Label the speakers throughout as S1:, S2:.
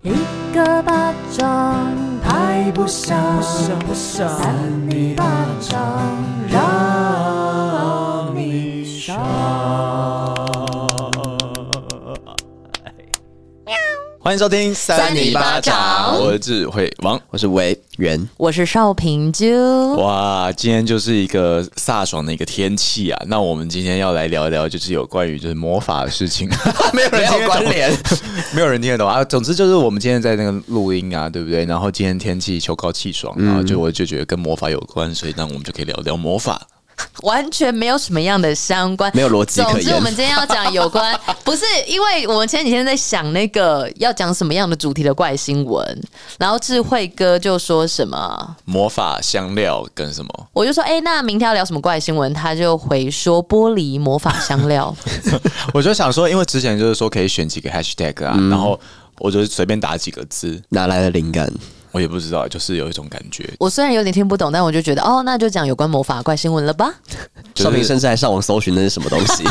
S1: 一个巴掌拍不响，
S2: 不想
S1: 三你巴掌让你爽。
S3: 欢迎收听三
S4: 泥巴掌
S3: 我是智慧王。
S4: 我是维源，
S1: 我是邵平啾，
S3: 哇，今天就是一个飒爽的一个天气啊！那我们今天要来聊一聊，就是有关于就是魔法的事 情，没有人听得懂，
S4: 联。
S3: 没有人听得懂啊。总之就是我们今天在那个录音啊，对不对？然后今天天气秋高气爽，然后就我就觉得跟魔法有关，所以那我们就可以聊聊魔法。
S1: 完全没有什么样的相关，
S4: 没有逻辑可言
S1: 总之，我们今天要讲有 关，不是因为我们前几天在想那个要讲什么样的主题的怪新闻，然后智慧哥就说什么，
S3: 魔法香料跟什么？
S1: 我就说，哎、那明天要聊什么怪新闻？他就回说玻璃魔法香 料，
S3: 我就想说，因为之前就是说可以选几个 hashtag 啊，然后我就随便打几个字，
S4: 哪来的灵感？
S3: 我也不知道，就是有一种感觉，
S1: 我虽然有点听不懂，但我就觉得哦，那就讲有关魔法怪新闻了吧。
S3: 就是
S4: 少平甚至还上网搜寻那是什么东 西，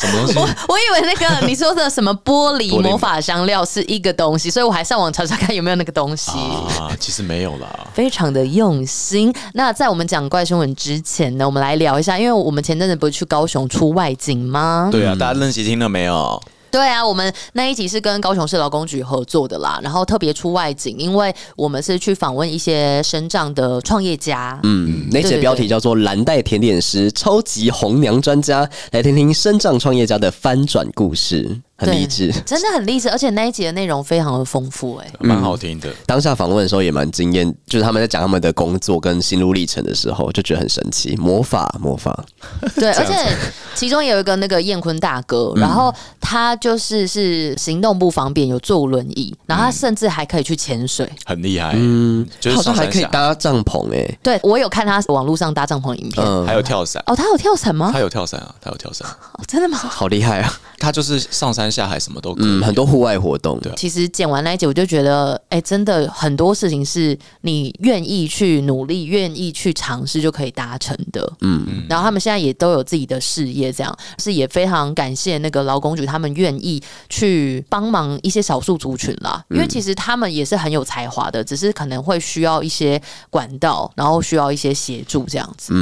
S3: 什么东西
S1: 我我以为那 个你说的什么玻璃
S3: 玻璃
S1: 魔法香料是一个东西，所以我还上网查查看有没有那个东西。
S3: 啊？其实没有啦。
S1: 非常的用心。那在我们讲怪新闻之前呢，我们来聊一下，因为我们前阵子不是去高雄出外景吗？
S3: 对啊，大家认识听了没有？
S1: 对啊，我们那一集是跟高雄市劳工局合作的啦，然后特别出外景，因为我们是去访问一些身障的创业家。
S4: 嗯，
S1: 对
S4: 那集
S1: 对
S4: 的
S1: 对
S4: 标题叫做《蓝带甜点师超级红娘专家》，来听听深藏创业家的翻转故事，很
S1: 对
S4: 励志。
S1: 真的很励志，而且那一集的内容非常的丰富、哎，
S3: 蛮好听的。
S4: 当下访问的时候也蛮惊艳，就是他们在讲他们的工作跟心路历程的时候，就觉得很神奇。魔法，魔法，
S1: 对，
S4: 嗯
S3: 这
S1: 而
S3: 样子
S1: 且其中有一个那个燕坤大哥，然后他就是是行动不方便，有坐轮椅，然后
S4: 嗯
S1: 他甚至还可以去潜水。
S3: 很厉害。嗯，就是
S4: 好像
S3: 上
S4: 还
S3: 山
S4: 可以
S3: 下，
S4: 搭帐篷哎、
S1: 对我有看他网络上搭帐篷影片，
S4: 嗯，
S3: 还有跳伞，
S1: 哦，他有跳伞吗
S3: 他？有跳伞啊，他有跳伞，
S1: 哦真的吗？
S4: 好厉害啊！
S3: 他就是上山下海什么都可以
S4: 嗯，。很多户外活动，
S3: 对
S1: 其实剪完那一集，我就觉得，哎、真的很多事情是你愿意去努力、愿意去尝试就可以达成的。嗯，然后他们现在也都有自己的事业，这样是也非常感谢那个劳工局，他们愿意去帮忙一些少数族群啦，因为其实他们也是很有才华的，只是可能会需要一些管道，然后需要一些协助这样子。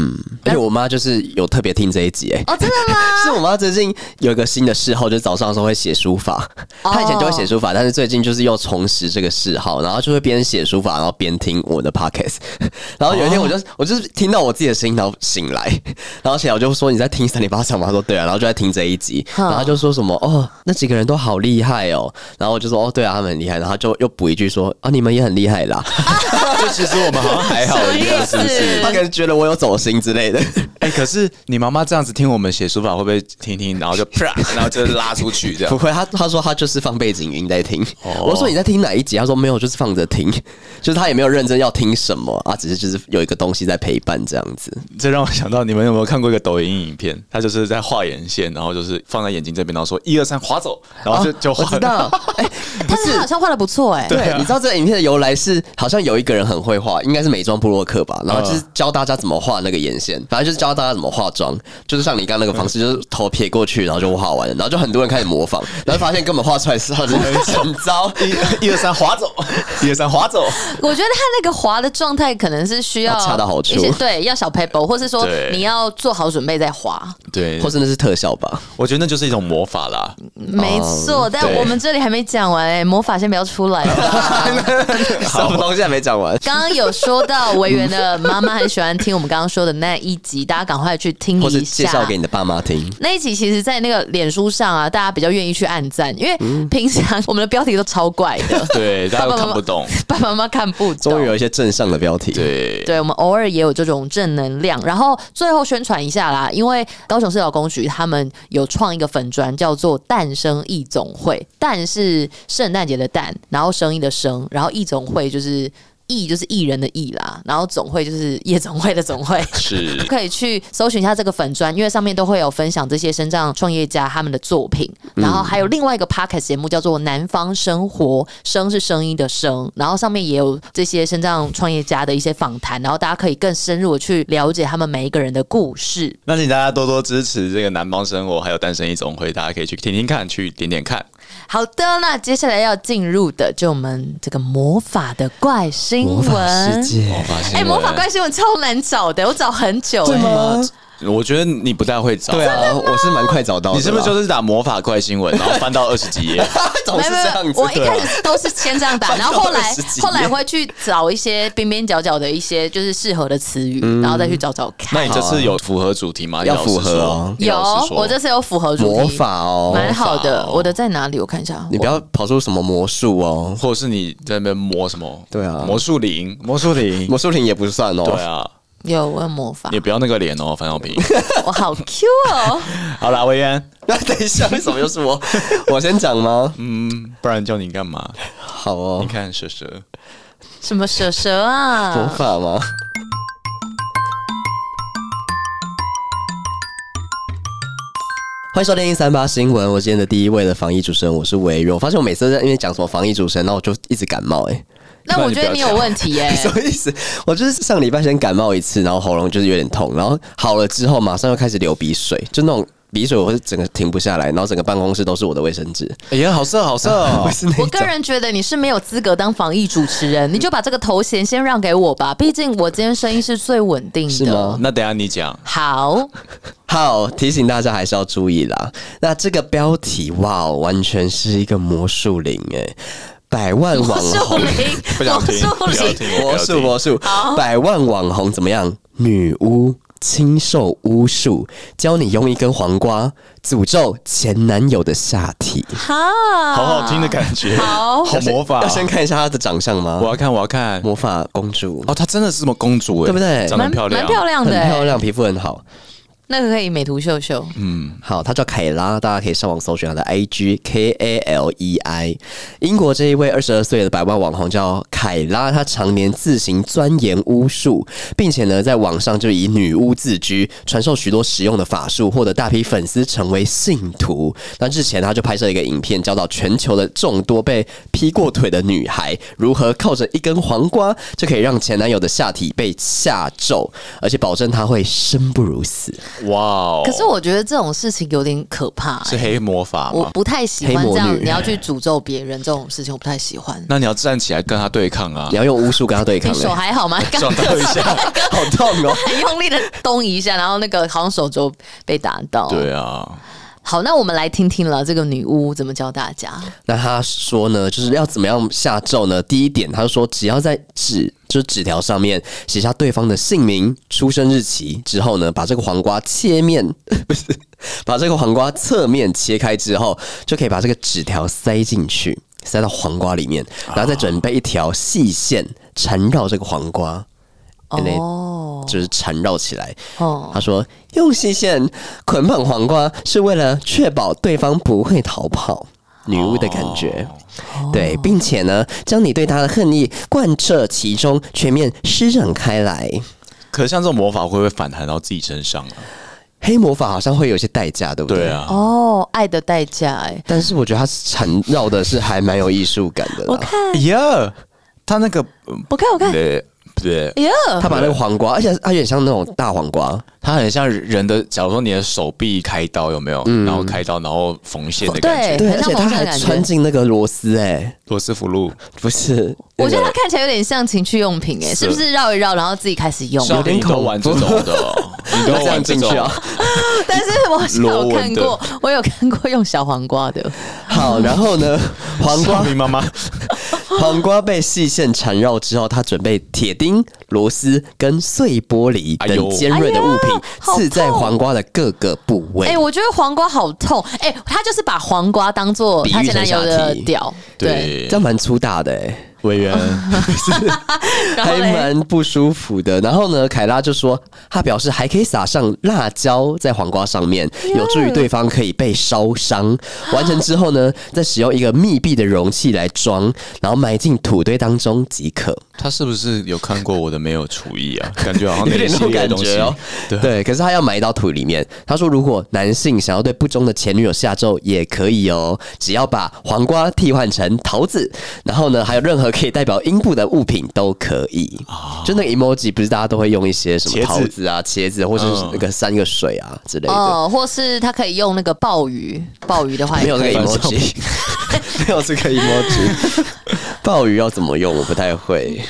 S4: 而且我妈就是有特别听这一集哎、
S1: 哦，真的吗？
S4: 是我妈最近有一个新的嗜好，就是早上的时候会写书法。
S1: 哦
S4: 她以前就会写书法，但是最近就是又重拾这个嗜好，然后就会边写书法，然后边听我的 podcast。然 后有一天，我就、
S1: 哦
S4: 我就是听到我自己的声音，然后醒来，然后起来我就说你在听三零八场吗？她说对啊，然后就在听这一集，
S1: 嗯
S4: 然后她就说什么哦，那几个人都好厉害哦，然后我就说哦对啊，他们很厉害，然后她就又补一句说啊你们也很厉害啦，
S3: 就其实我们好像还好一样，是不
S1: 什么意
S3: 是？
S1: 思
S4: 她可能觉得我有走心之类的。
S3: 哎，可是你妈妈这样子听我们写书法，会不会听一听，然后就 啪，然后就拉出去这
S4: 不
S3: 样？
S4: 会，他他说他就是放背景音在听。
S3: 哦
S4: 我说你在听哪一集？他说没有，就是放着听，就是他也没有认真要听什么啊，只是就是有一个东西在陪伴这样子。
S3: 这让我想到，你们有没有看过一个抖音影片？他就是在画眼线，然后就是放在眼睛这边，然后说一二三划走，然后哦就就
S4: 啊我
S3: 划
S4: 知。道，哎、
S1: 但是他好像画的不错、哎，
S4: 对，
S3: 啊
S4: 你知道这个影片的由来是，好像有一个人很会画，应该是美妆部落客吧，然后
S3: 嗯
S4: 就是教大家怎么画那个眼线，反正就是教大家怎么化妆，就是像你刚刚那个
S3: 嗯
S4: 方式，就是头撇过去，然后就画完了，然后就很多人开始模仿，然后发现根本画出来是很很糟，
S3: 一、一二三划走，一二三划走，
S1: 我觉得他那个滑的状态可能是需要
S4: 要恰到好处
S1: 一些对，要小 paper，或是说
S3: 对
S1: 你要做好准备再滑。
S3: 对
S4: 或，是那是特效吧？
S3: 我觉得那就是一种魔法啦。
S4: 嗯
S1: 没
S4: 哦
S1: 错，但
S3: 对
S1: 我们这里还没讲完哎、魔法先不要出来 吧。
S4: 什么东西还没讲完？
S1: 刚刚有说到维园的妈妈很喜欢听我们刚刚说的那一集，大家赶快去听
S4: 或是
S1: 一
S4: 介
S1: 下。
S4: 绍给你的爸妈听。
S1: 那一集其实，在那个脸书上啊，大家比较愿意去按赞，因为
S4: 嗯
S1: 平常我们的标题都超怪 的，
S3: 对，大家都
S1: 爸爸妈
S3: 看
S1: 妈
S3: 不懂。
S1: 爸爸妈妈看不懂。
S4: 终于有一些正向的标题。，
S3: 对，
S1: 对，我们偶尔也有这种正能量。然后最后宣传一下啦，因为高雄市劳工局他们有创一个粉砖，叫做“诞生义总会”，诞是圣诞节的诞，然后生意的生，然后义总会就是。艺就是艺人的艺啦，然后总会就是夜总会的总会，
S3: 是
S1: 可以去搜寻一下这个粉砖，因为上面都会有分享这些身障创业家他们的作品，然后还有另
S4: 嗯
S1: 外一个 podcast 节目叫做《南方生活》，声是声音的声，然后上面也有这些身障创业家的一些访谈，然后大家可以更深入的去了解他们每一个人的故事。
S3: 那请大家多多支持这个南方生活，还有单身一总会，大家可以去听听看，去点点看。
S1: 好的，那接下来要进入的就我们这个魔法的怪新
S4: 魔法世
S1: 闻。
S4: 界，
S3: 法新
S1: 哎、
S3: 闻
S1: 魔法怪新闻超难找的，我找很久、哎
S4: 吗？
S3: 我觉得你不太会找，
S4: 对啊，我是蛮快找到的啦。
S3: 你是不是就是打魔法怪新闻，然后翻到二十几页？
S4: 总
S1: 没
S4: 哦是
S1: 有没
S4: 这
S1: 有没
S4: 样
S1: 有，
S4: 子？啊
S1: 我一开始都是先这样打，
S4: 翻到
S1: 然后后来
S4: 20几页
S1: 后来会去找一些边边角角的一些就是适合的词语，然后再去找找
S3: 那
S1: 看
S3: 你。这次有符合主题吗？
S4: 要
S3: 你老实
S4: 符合
S3: 说
S4: 哦
S3: 你
S1: 有
S3: 老实，说
S1: 我这次有符合主题，
S4: 魔法哦
S1: 蛮好的
S3: 魔。法哦
S1: 我的在哪里？我看一下，啊
S4: 你不要跑出什么魔术哦，
S3: 或者是你在那边磨什么？
S4: 对啊
S3: 魔术林，魔术林，
S4: 魔术瓶也不算哦。
S3: 对啊，
S1: 有我有魔法
S3: 你，不要那个脸哦，樊小 平。
S1: 我好 Q 哦。
S3: 好啦，维安，
S4: 那等一下，为什么又是我？ 我先讲吗？
S3: 嗯，不然叫你干嘛？
S4: 好哦
S3: 你，看蛇蛇，
S1: 什么蛇蛇啊？
S4: 魔法吗？欢迎收听一三八新闻，我是今天的第一位的防疫主持人，我是维瑞。我发现我每次在因为讲什么防疫主持人，那我就一直感冒、欸，
S1: 那我觉得你有问题 耶、
S4: 什么意思？我就是上礼拜先感冒一次，然后喉咙就是有点痛，然后好了之后马上又开始流鼻水，就那种鼻水，我会整个停不下来，然后整个办公室都是我的卫生 纸，
S3: 哎呀，好色，好色
S4: 不
S3: 哦！
S4: 是那
S1: 我
S4: 种。
S1: 个人觉得你是没有资格当防疫主持人，你就把这个头衔先让给我吧，毕竟我今天声音是最稳定
S4: 是
S1: 的
S4: 吗。
S3: 哦那等一下你讲，
S1: 好，
S4: 好，提醒大家还是要注意啦。那这个标题哇，完全是一个魔术林哎、百万网
S1: 魔术
S4: 红，
S1: 林，
S3: 不
S1: 魔
S3: 想听，
S1: 术
S3: 不想
S1: 林，
S3: 听，
S4: 魔术魔术
S1: 好，
S4: 百万网红怎么样？女巫。亲授巫术，教你用一根黄瓜诅咒前男友的下体。
S1: 哈，
S3: 好好听的感觉，
S1: 啊 好
S3: 好魔法啊
S4: 要。先看一下她的长相吗
S3: 我？要看，我要看。
S4: 魔法公主，
S3: 哦，她真的是什么公主哎，
S4: 对不对
S3: 长得
S1: 蛮
S3: 很漂亮，
S1: 蛮漂亮
S4: 很
S1: 的、
S4: 漂
S1: 欸，
S4: 亮，皮肤很好。
S1: 那个可以美图秀秀。
S4: 好，她叫凯拉，大家可以上网搜寻她的 IG K A L E I。英国这一位二十二岁的百万网红叫凯拉，她常年自行钻研巫术，并且呢，在网上就以女巫自居，传授许多实用的法术，获得大批粉丝成为信徒。那日前，她就拍摄一个影片，教导全球的众多被劈过腿的女孩如何靠着一根黄瓜就可以让前男友的下体被下咒，而且保证她会生不如死。
S3: 哇哦！
S1: 可是我觉得这种事情有点可怕、
S3: 是
S1: 欸，
S3: 黑魔法
S1: 我
S3: 吗？
S1: 不太喜欢这
S4: 黑魔
S1: 样，
S4: 女
S1: 你要去诅咒别人这种事情，我不太喜欢。
S3: 那你要站起来跟他对抗啊
S4: 你！要用巫术跟她对抗、
S1: 你手
S4: 欸。
S1: 还好吗？刚
S3: 撞到一下，
S4: 好痛哦！
S1: 很用力的咚一下，然后那个好像手就被打到。
S3: 对啊，
S1: 好，那我们来听听了这个女巫怎么教大家。
S4: 那他说呢，就是要怎么样下咒呢？第一点，他说只要在纸就是纸条上面写下对方的姓名、出生日期之后呢，把这个黄瓜切面， 不是把这个黄瓜侧面切开之后，就可以把这个纸条塞进去，塞到黄瓜里面，然后再准备一条细线缠绕这个黄瓜，And
S3: 哎
S4: it-
S1: 哦
S4: 就是缠绕起来。
S1: 哦，
S4: 他说，用细线捆绑黄瓜是为了确保对方不会逃跑，女巫的感觉。
S3: 哦
S4: 对，并且呢，将你对他的恨意贯彻其中，全面施展开来。
S3: 可是像这种魔法会不会反弹到自己身上啊？
S4: 黑魔法好像会有一些代价，对不对？
S3: 对。啊，
S1: 哦，爱的代价哎、
S4: 但是我觉得它缠绕的是还蛮有艺术感的
S1: 我
S4: 啦。
S1: 看，
S3: 耶，他那个呃
S1: 我看，我看，
S3: 啊对对，
S1: 哎呀，
S4: 他把那个黄瓜，而且它有点像那种大黄瓜，
S3: 它很像人的，假如说你的手臂开刀有没有？
S4: 嗯
S3: 然后开刀，然后缝线的感觉，
S1: 对
S4: 对，
S1: 哎很
S4: 而
S1: 像
S4: 且它
S1: 蒙上的
S4: 还
S1: 感觉
S4: 穿进那个螺丝，哎，
S3: 罗斯福路
S4: 不是，
S1: 我觉得它
S4: 那个
S1: 看起来有点像情趣用品哎、
S3: 是啊
S1: 是不是绕一绕，然后自己开始用？
S3: 少年都玩这种的哦， 你都
S4: 这样
S3: 玩这
S4: 进
S3: 种
S4: 去啊。
S1: 但是我好像
S3: 螺
S1: 有
S3: 纹
S1: 看
S3: 的
S1: 过，我有看过用小黄瓜的。
S4: 好，然后 呢，黄瓜
S3: 少林妈妈，
S4: 黄瓜被细线缠绕之后，他准备铁钉、螺丝跟碎玻璃
S3: 哎呦
S4: 等尖锐的物
S1: 哎
S4: 品
S1: 呀好
S4: 刺在
S1: 痛
S4: 黄瓜的各个部位。
S1: 哎、我觉得黄瓜好痛。哎、他就是把黄瓜当做
S4: 比喻
S1: 他前
S4: 成
S1: 男友
S4: 下
S1: 的
S4: 体
S1: 屌，对，
S4: 这样蛮粗大的哎、
S3: 委员，
S1: 然后
S4: 还
S1: 嘞，
S4: 蛮不舒服的。然后呢，凯拉就说，她表示还可以撒上辣椒在黄瓜上面，
S1: 哎
S4: 有助于对方可以被烧伤。
S1: 啊
S4: 完成之后呢，再使用一个密闭的容器来装，然后埋进土堆当中即可。
S3: 他是不是有看过我的没有厨艺 啊？感觉好像
S4: 有点
S3: 那
S4: 那
S3: 一系
S4: 种
S3: 列
S4: 感
S3: 的东西
S4: 觉哦。
S3: 对
S4: 可是他要埋到土里面。他说，如果男性想要对不忠的前女友下咒也可以哦，只要把黄瓜替换成桃子，然后呢，还有任何可以代表阴部的物品都可以。
S3: 哦
S4: 就那个 emoji 不是大家都会用一些什
S3: 茄
S4: 么
S3: 子
S4: 桃子啊、茄子，或者
S3: 嗯
S4: 是那个三个水啊之类的。
S1: 呃哦，或是他可以用那个鲍鱼，鲍鱼的话也
S4: 没有那
S1: 可
S4: 个
S1: 以
S3: 反
S4: emoji， 没有这 个 emoji。鲍鱼要怎么用？我不太会，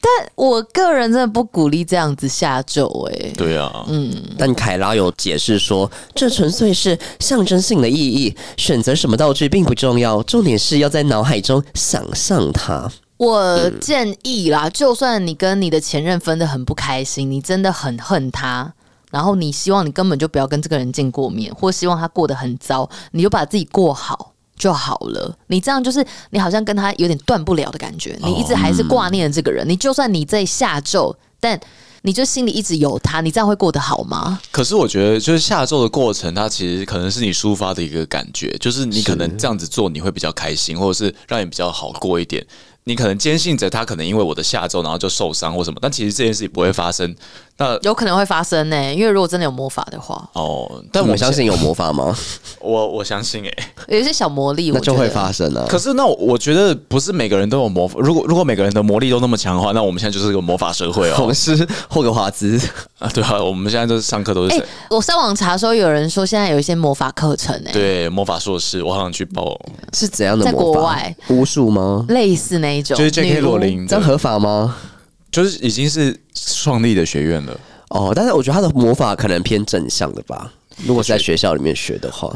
S1: 但我个人真的不鼓励这样子下咒哎、
S3: 对啊，嗯，
S4: 但凯拉有解释说，这纯粹是象征性的意义，选择什么道具并不重要，重点是要在脑海中想象它。
S1: 嗯我建议啦，就算你跟你的前任分的很不开心，你真的很恨他，然后你希望你根本就不要跟这个人见过面，或希望他过得很糟，你就把自己过好。就好了，你这样就是你好像跟他有点断不了的感觉，你一直还是挂念这个人。你就算你在下咒，但你就心里一直有他，你这样会过得好吗？
S3: 可是我觉得就是下咒的过程，它其实可能是你抒发的一个感觉，就是你可能这样子做你会比较开心，或者是让你比较好过一点。你可能坚信着他可能因为我的下咒，然后就受伤或什么，但其实这件事情不会发生。那
S1: 有可能会发生呢、因为如果真的有魔法的话，
S3: 哦，
S4: 但
S3: 但
S4: 我
S3: 我
S4: 们相信有魔法吗？
S3: 我我相信哎、欸
S1: 有一些小魔力，我
S4: 那就
S1: 觉
S4: 会
S1: 得
S4: 发生啊。
S3: 可是那我我觉得不是每个人都有魔法，如果如果每个人的魔力都那么强的话，那我们现在就是个魔法社会
S4: 我
S3: 哦
S4: 们。是霍格华兹，
S3: 啊，对啊，我们现在都是上课都是
S1: 哎、
S3: 谁？
S1: 我上网查的时候，有人说现在有一些魔法课程哎、
S3: 对，魔法硕士，我好想去报，
S4: 是怎样的
S1: 在
S4: 魔法？
S1: 国外
S4: 巫术吗？
S1: 类似那一种，
S3: 就是 J.K.
S1: 女巫
S3: 罗琳
S4: 这
S3: 的
S4: 样合法吗？
S3: 就是已经是创立的学院了。
S4: 哦，但是我觉得他的魔法可能偏正向的吧。如果是在学校里面学的话，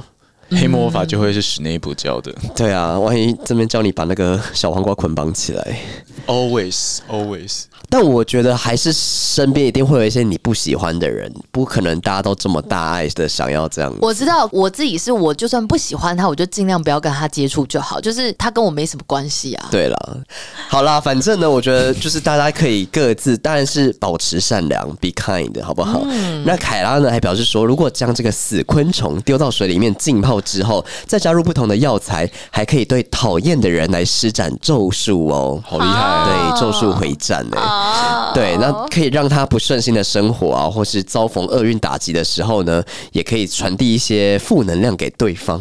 S3: 黑魔法就会是史内普教的
S4: 对啊，万一这边叫你把那个小黄瓜捆绑起来，
S3: ，always always。
S4: 但我觉得还是身边一定会有一些你不喜欢的人，不可能大家都这么大爱的想要这样。
S1: 我知道我自己是我，就算不喜欢他，我就尽量不要跟他接触就好，就是他跟我没什么关系啊。
S4: 对啦，好啦，反正呢，我觉得就是大家可以各自，当然是保持善良，be kind，好不好？那凯拉呢还表示说，如果将这个死昆虫丢到水里面浸泡之后，再加入不同的药材，还可以对讨厌的人来施展咒术哦，好厉害、对，咒术回战呢、
S1: 啊，
S4: 对，那可以让他不顺心的生活啊，或是遭逢厄运打击的时候呢，也可以传递一些负能量给对方。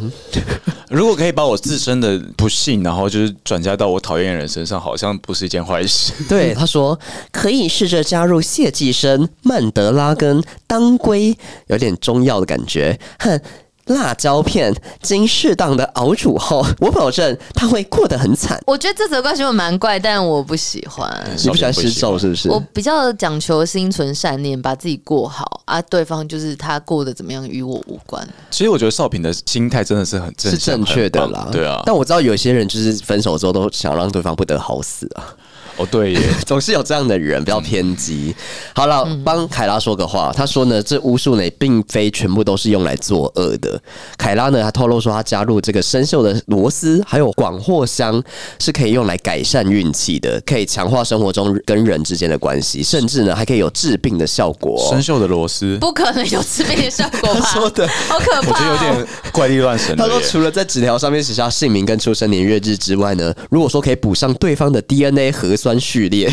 S3: 如果可以把我自身的不幸，然后就是转嫁到我讨厌的人身上，好像不是一件坏事。
S4: 对，他说可以试着加入谢济生、曼德拉根、当归，有点中药的感觉，和辣椒片，经适当的熬煮后，我保证他会过得很惨。
S1: 我觉得这则关系我蛮怪，但我不喜欢。
S4: 你不喜欢施咒是不是
S1: 啊我？比较讲求心存善念，把自己过好啊，对方就是他过得怎么样与我无关。
S3: 其实我觉得少平的心态真的是很正
S4: 是
S3: 向
S4: 正确的
S3: 很
S4: 啦
S3: 棒，对啊。
S4: 但我知道有些人就是分手之后都想让对方不得好死啊，
S3: 哦，对耶，
S4: 总是有这样的人，比较偏激。好了，帮凯拉说个话，他说呢，这巫术呢并非全部都是用来作恶的。凯拉呢，他透露说，他加入这个生锈的螺丝还有广藿香是可以用来改善运气的，可以强化生活中跟人之间的关系，甚至呢还可以有治病的效果哦、
S3: 生锈的螺丝，
S1: 不可能有致命的效 果吧？
S4: 说的
S1: 好可
S3: 我觉
S1: 怕、
S3: 得有
S1: 哦！
S3: 点怪力乱神
S4: 他
S3: 了
S4: 说，
S3: 耶。
S4: 除了在纸条上面写下姓名跟出生年月日之外呢，如果说可以补上对方的 DNA 核酸序列，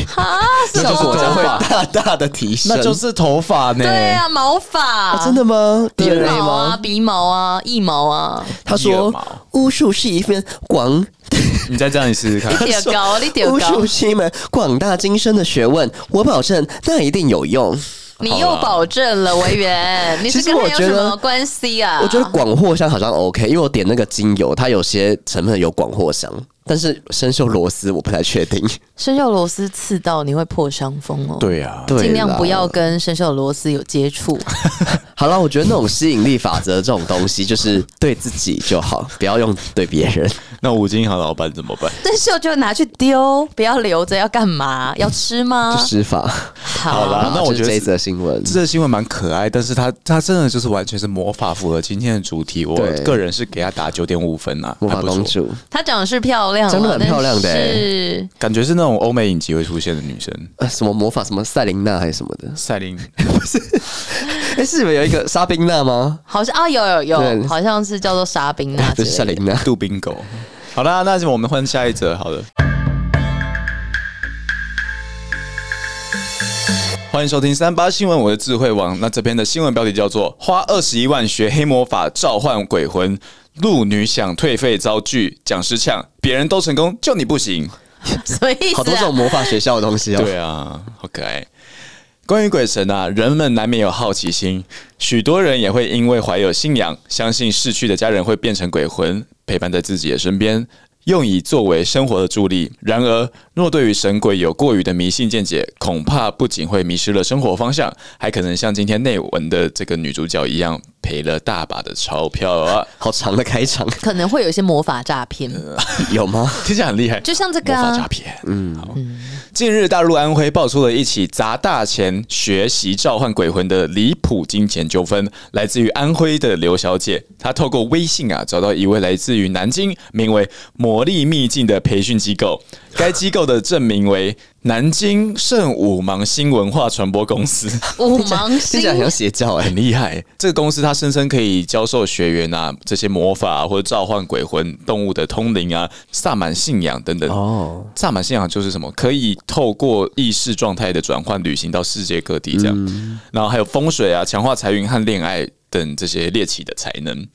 S4: 效果将会大大的提升。
S3: 那就是头发呢？
S1: 对啊，毛发、
S4: 啊真的吗
S1: 对
S4: ？DNA
S1: 毛
S4: 吗
S1: 啊、？鼻毛啊、腋毛啊，
S4: 他
S3: 第二
S4: 说
S3: 毛：“
S4: 巫术是一份广，
S3: 你再这样你试试 看。
S1: 点 高，你点
S4: 巫
S1: 高
S4: 术，是一门广大精深的学问，我保证那一定有用。
S1: 你又保证了维园，你是
S4: 其实
S1: 跟他
S4: 我
S1: 有
S4: 觉
S1: 什
S4: 得
S1: 么关系啊？
S4: 我觉得广藿香好像 OK，因为我点那个精油，它有些成分有广藿香，但是生锈螺丝我不太确定。
S1: 生锈螺丝刺到你会破伤风哦。。
S3: 对啊，
S4: 对啦
S1: 尽量不要跟生锈螺丝有接 触。
S4: 好了，我觉得那种吸引力法则这种东西，就是对自己就好，不要用对别人。
S3: 那五金行老板怎么办？
S1: 生锈就拿去丢，不要留着，要干嘛？要吃吗
S4: 就？施 法。
S1: 好
S3: 啦那我觉
S4: 就是
S3: 得
S4: 这一
S3: 是
S4: 则新闻，
S3: 这个新闻蛮可爱，但是它它真的就是完全是魔法，符合今天的主题。我
S4: 对
S3: 个人是给他打九点五分啊，
S4: 魔法
S3: 还不错
S4: 公，主，
S1: 她长得是漂亮啦，哦
S4: 长得很漂亮的
S1: 但
S4: 欸
S1: 是
S3: 感觉是那种欧美影集会出现的女生，
S4: 呃，什么魔法，什么赛琳娜还是什么的？
S3: 赛琳。
S4: 哎、是你们有一个莎宾娜吗？
S1: 好像啊，有有有，
S4: 对
S1: 好像是叫做沙冰 啊娜之
S4: 不
S1: 类的
S4: 是赛琳娜。
S3: 杜宾狗。好啦，那我们换下一则好了。欢迎收听三八新闻，我的智慧王。那这篇的新闻标题叫做“花二十一万学黑魔法召唤鬼魂，鹿女想退费遭拒，讲师呛别人都成功，就你不行”。
S1: 什么意思、啊？
S4: 好多种魔法学校的东西哦。
S3: 对啊，好可爱。关于鬼神啊，人们难免有好奇心，许多人也会因为怀有信仰，相信逝去的家人会变成鬼魂，陪伴在自己的身边。用以作为生活的助力。然而，若对于神鬼有过于的迷信见解，恐怕不仅会迷失了生活方向，还可能像今天内文的这个女主角一样，赔了大把的钞票啊！
S4: 好长的开场，
S1: 可能会有一些魔法诈骗，
S4: 嗯有吗？
S3: 听起来很厉害，
S1: 就像这个
S3: 魔法
S1: 啊
S3: 诈，骗。嗯，好。近日，大陆安徽爆出了一起砸大钱学习召唤鬼魂的离谱金钱纠纷，来自于安徽的刘小姐，她透过微信啊找到一位来自于南京名为“魔力秘境”的培训机构，该机构的证明为南京圣武盲新文化传播公司。
S1: 五芒
S4: 听
S1: 星
S4: 起来很像邪教哎、
S3: 很厉害。这个公司它声称可以教授学员啊这些魔法、啊、或者召唤鬼魂、动物的通灵啊、萨满信仰等等。
S4: 哦，
S3: 萨满信仰就是什么？可以透过意识状态的转换，旅行到世界各地这样。然后还有风水啊、强化财运和恋爱等这些猎奇的才能。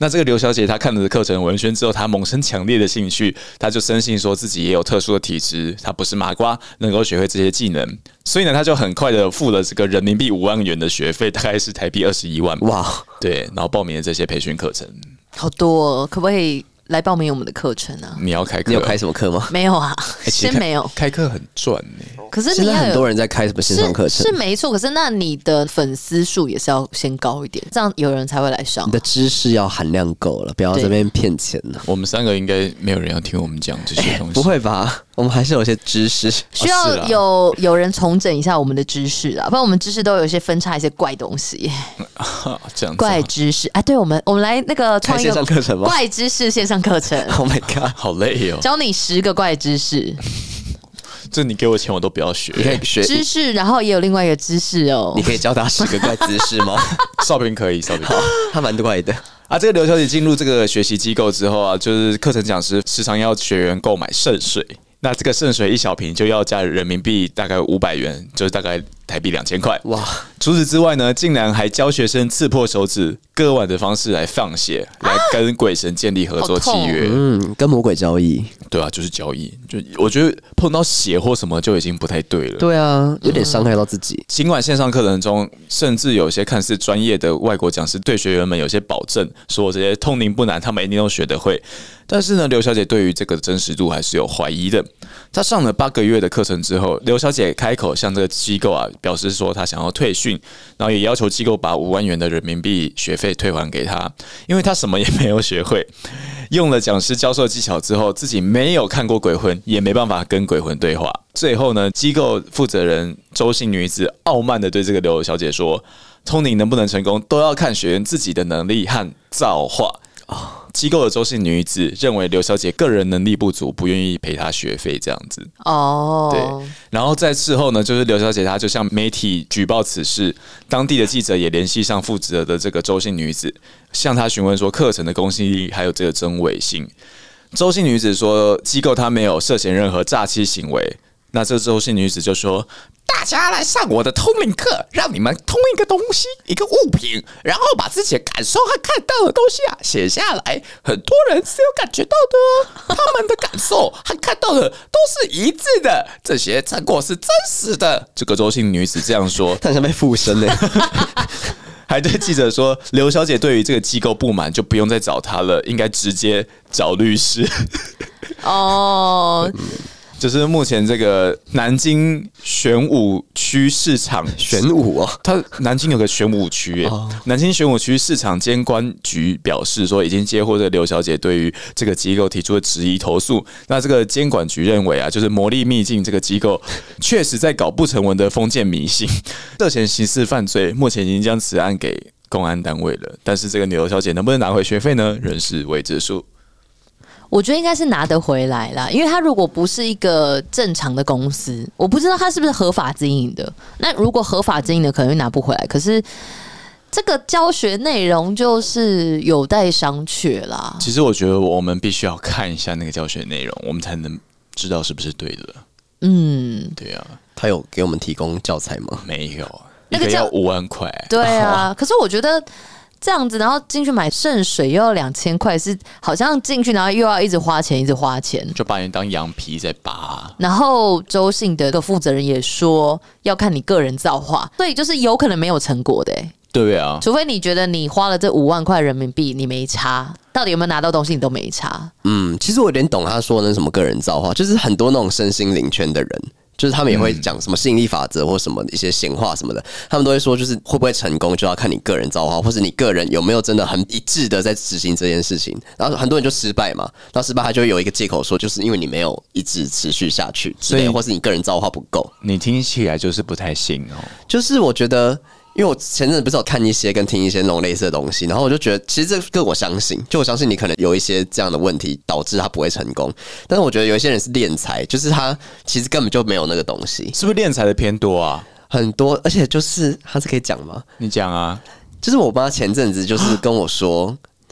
S3: 那这个刘小姐她看了课程文宣之后，她萌生强烈的兴趣，她就深信说自己也有特殊的体质，她不是麻瓜，能够学会这些技能。所以呢，她就很快的付了这个人民币五万元的学费，大概是台币二十一万。哇，
S4: 哇，
S3: 对，然后报名了这些培训课程，
S1: 好多哦，可不可以来报名我们的课程啊？
S3: 你要开课，
S4: 你有开什么课吗？
S1: 没有啊，
S4: 哎
S3: 其实
S1: 先
S3: 开
S1: 没有。
S3: 开课很赚欸呢、
S1: 可是
S4: 现
S1: 你
S4: 在
S1: 要
S4: 很
S1: 有
S4: 多人在开什么线上课程
S1: 是，是没错，可是那你的粉丝数也是要先高一点，这样有人才会来上
S4: 你。的知识要含量够了，不要
S1: 对
S4: 这边骗钱了。
S3: 我们三个应该没有人要听我们讲这些东西，
S4: 不会吧？我们还是有些知识。
S1: 需
S4: 哦
S3: 啊是
S1: 要
S3: 啊
S1: 有有人重整一下我们的知识啊，不然我们知识都有一些分叉一些怪东
S4: 啊
S1: 西，
S3: 哈 这样子啊
S1: 怪知识啊。对，我们我们来那个
S4: 开
S1: 创一
S4: 线上
S1: 个
S4: 课程吗
S1: 怪知识线上课 程，
S4: ？Oh my god！
S3: 好累哦。
S1: 教你十个怪知识，
S3: 这你给我钱我都不要学。
S4: 你可以学，
S1: 知识，然后也有另外一个知识哦
S4: 你。可以教他十个怪姿势 吗？
S3: 少平可以，少平可以。
S4: 他蛮怪的。
S3: 啊，这个刘小姐进入这个学习机构之后啊，就是课程讲师时常要学员购买圣水，那这个圣水一小瓶就要价人民币大概五百元，就是大概台币两千块。
S4: 哇，
S3: 除此之外呢，竟然还教学生刺破手指、割腕的方式来放血，来跟鬼神建立合作
S1: 好
S3: 契
S1: 痛哦
S3: 约。
S4: 嗯，跟魔鬼交易。
S3: 对啊，就是交易。就我觉得碰到血或什么就已经不太对了。
S4: 对啊，有点伤害到自己。
S3: 尽管线上课程中，甚至有些看似专业的外国讲师对学员们有些保证，说这些通灵不难，他们一定都学得会。但是呢，刘小姐对于这个真实度还是有怀疑的。她上了八个月的课程之后，刘小姐开口向这个机构啊表示说，她想要退训，然后也要求机构把五万元的人民币学费退还给她，因为她什么也没有学会。用了讲师教授技巧之后，自己没有看过鬼魂，也没办法跟鬼魂对话。最后呢，机构负责人周姓女子傲慢的对这个刘小姐说：“通灵能不能成功，都要看学员自己的能力和造化。”机构的周姓女子认为刘小姐个人能力不足，不愿意赔她学费这样子。
S1: 哦
S3: 对，然后在事后呢，就是刘小姐她就向媒体举报此事，当地的记者也联系上负责的这个周姓女子，向她询问说课程的公信力还有这个真伪性。周姓女子说，机构她没有涉嫌任何诈欺行为。那这周姓女子就说：“大家来上我的通灵课，让你们通一个东西、一个物品，然后把自己的感受和看到的东西啊写下来。很多人是有感觉到的哦，他们的感受和看到的都是一致的，这些成果是真实的。”这个周姓女子这样说，
S4: 他很像被附身呢、欸
S3: 还对记者说：“刘小姐对于这个机构不满，就不用再找她了，应该直接找律师。”
S1: 哦，
S3: 就是目前这个南京玄武区市场
S4: 玄武哦，
S3: 它南京有个玄武区耶，南京玄武区市场监管局表示说，已经接获这个刘小姐对于这个机构提出的质疑投诉。那这个监管局认为啊，就是魔力秘境这个机构 确实在搞不成文的封建迷信， 涉嫌刑事犯罪，目前已经将此案给公安单位了。但是这个刘小姐能不能拿回学费呢？仍是未知数。
S1: 我觉得应该是拿得回来啦，因为他如果不是一个正常的公司，我不知道他是不是合法经营的。那如果合法经营的，可能会拿不回来。可是这个教学内容就是有待商榷啦。
S3: 其实我觉得我们必须要看一下那个教学内容，我们才能知道是不是对的。
S1: 嗯，
S3: 对啊，
S4: 他有给我们提供教材吗？
S3: 没有，
S1: 那个
S3: 一要
S1: 教
S3: 五万块，
S1: 对啊。可是我觉得这样子，然后进去买圣水又要两千块，是好像进去然后又要一直花钱，一直花钱。
S3: 就把你当羊皮在拔。
S1: 然后周信的一个负责人也说要看你个人造化，所以就是有可能没有成果的、欸。
S3: 对啊，
S1: 除非你觉得你花了这五万块人民币你没差，到底有没有拿到东西你都没差。
S4: 嗯，其实我有点懂他说的那什么个人造化，就是很多那种身心灵圈的人，就是他们也会讲什么吸引力法则或什么一些闲话什么的，他们都会说，就是会不会成功就要看你个人造化，或是你个人有没有真的很一致的在执行这件事情。然后很多人就失败嘛，然后失败他就会有一个借口说，就是因为你没有一直持续下去之类的，
S3: 所以
S4: 或是你个人造化不够。
S2: 你听起来就是不太信哦。
S4: 就是我觉得，因为我前阵子不是有看一些跟听一些那种类似的东西，然后我就觉得，其实这个我相信，就我相信你可能有一些这样的问题导致他不会成功，但是我觉得有一些人是敛财，就是他其实根本就没有那个东西，
S3: 是不是练财的偏多啊？
S4: 很多，而且就是他是可以讲吗？
S3: 你讲啊，
S4: 就是我妈前阵子就是跟我说。
S1: 啊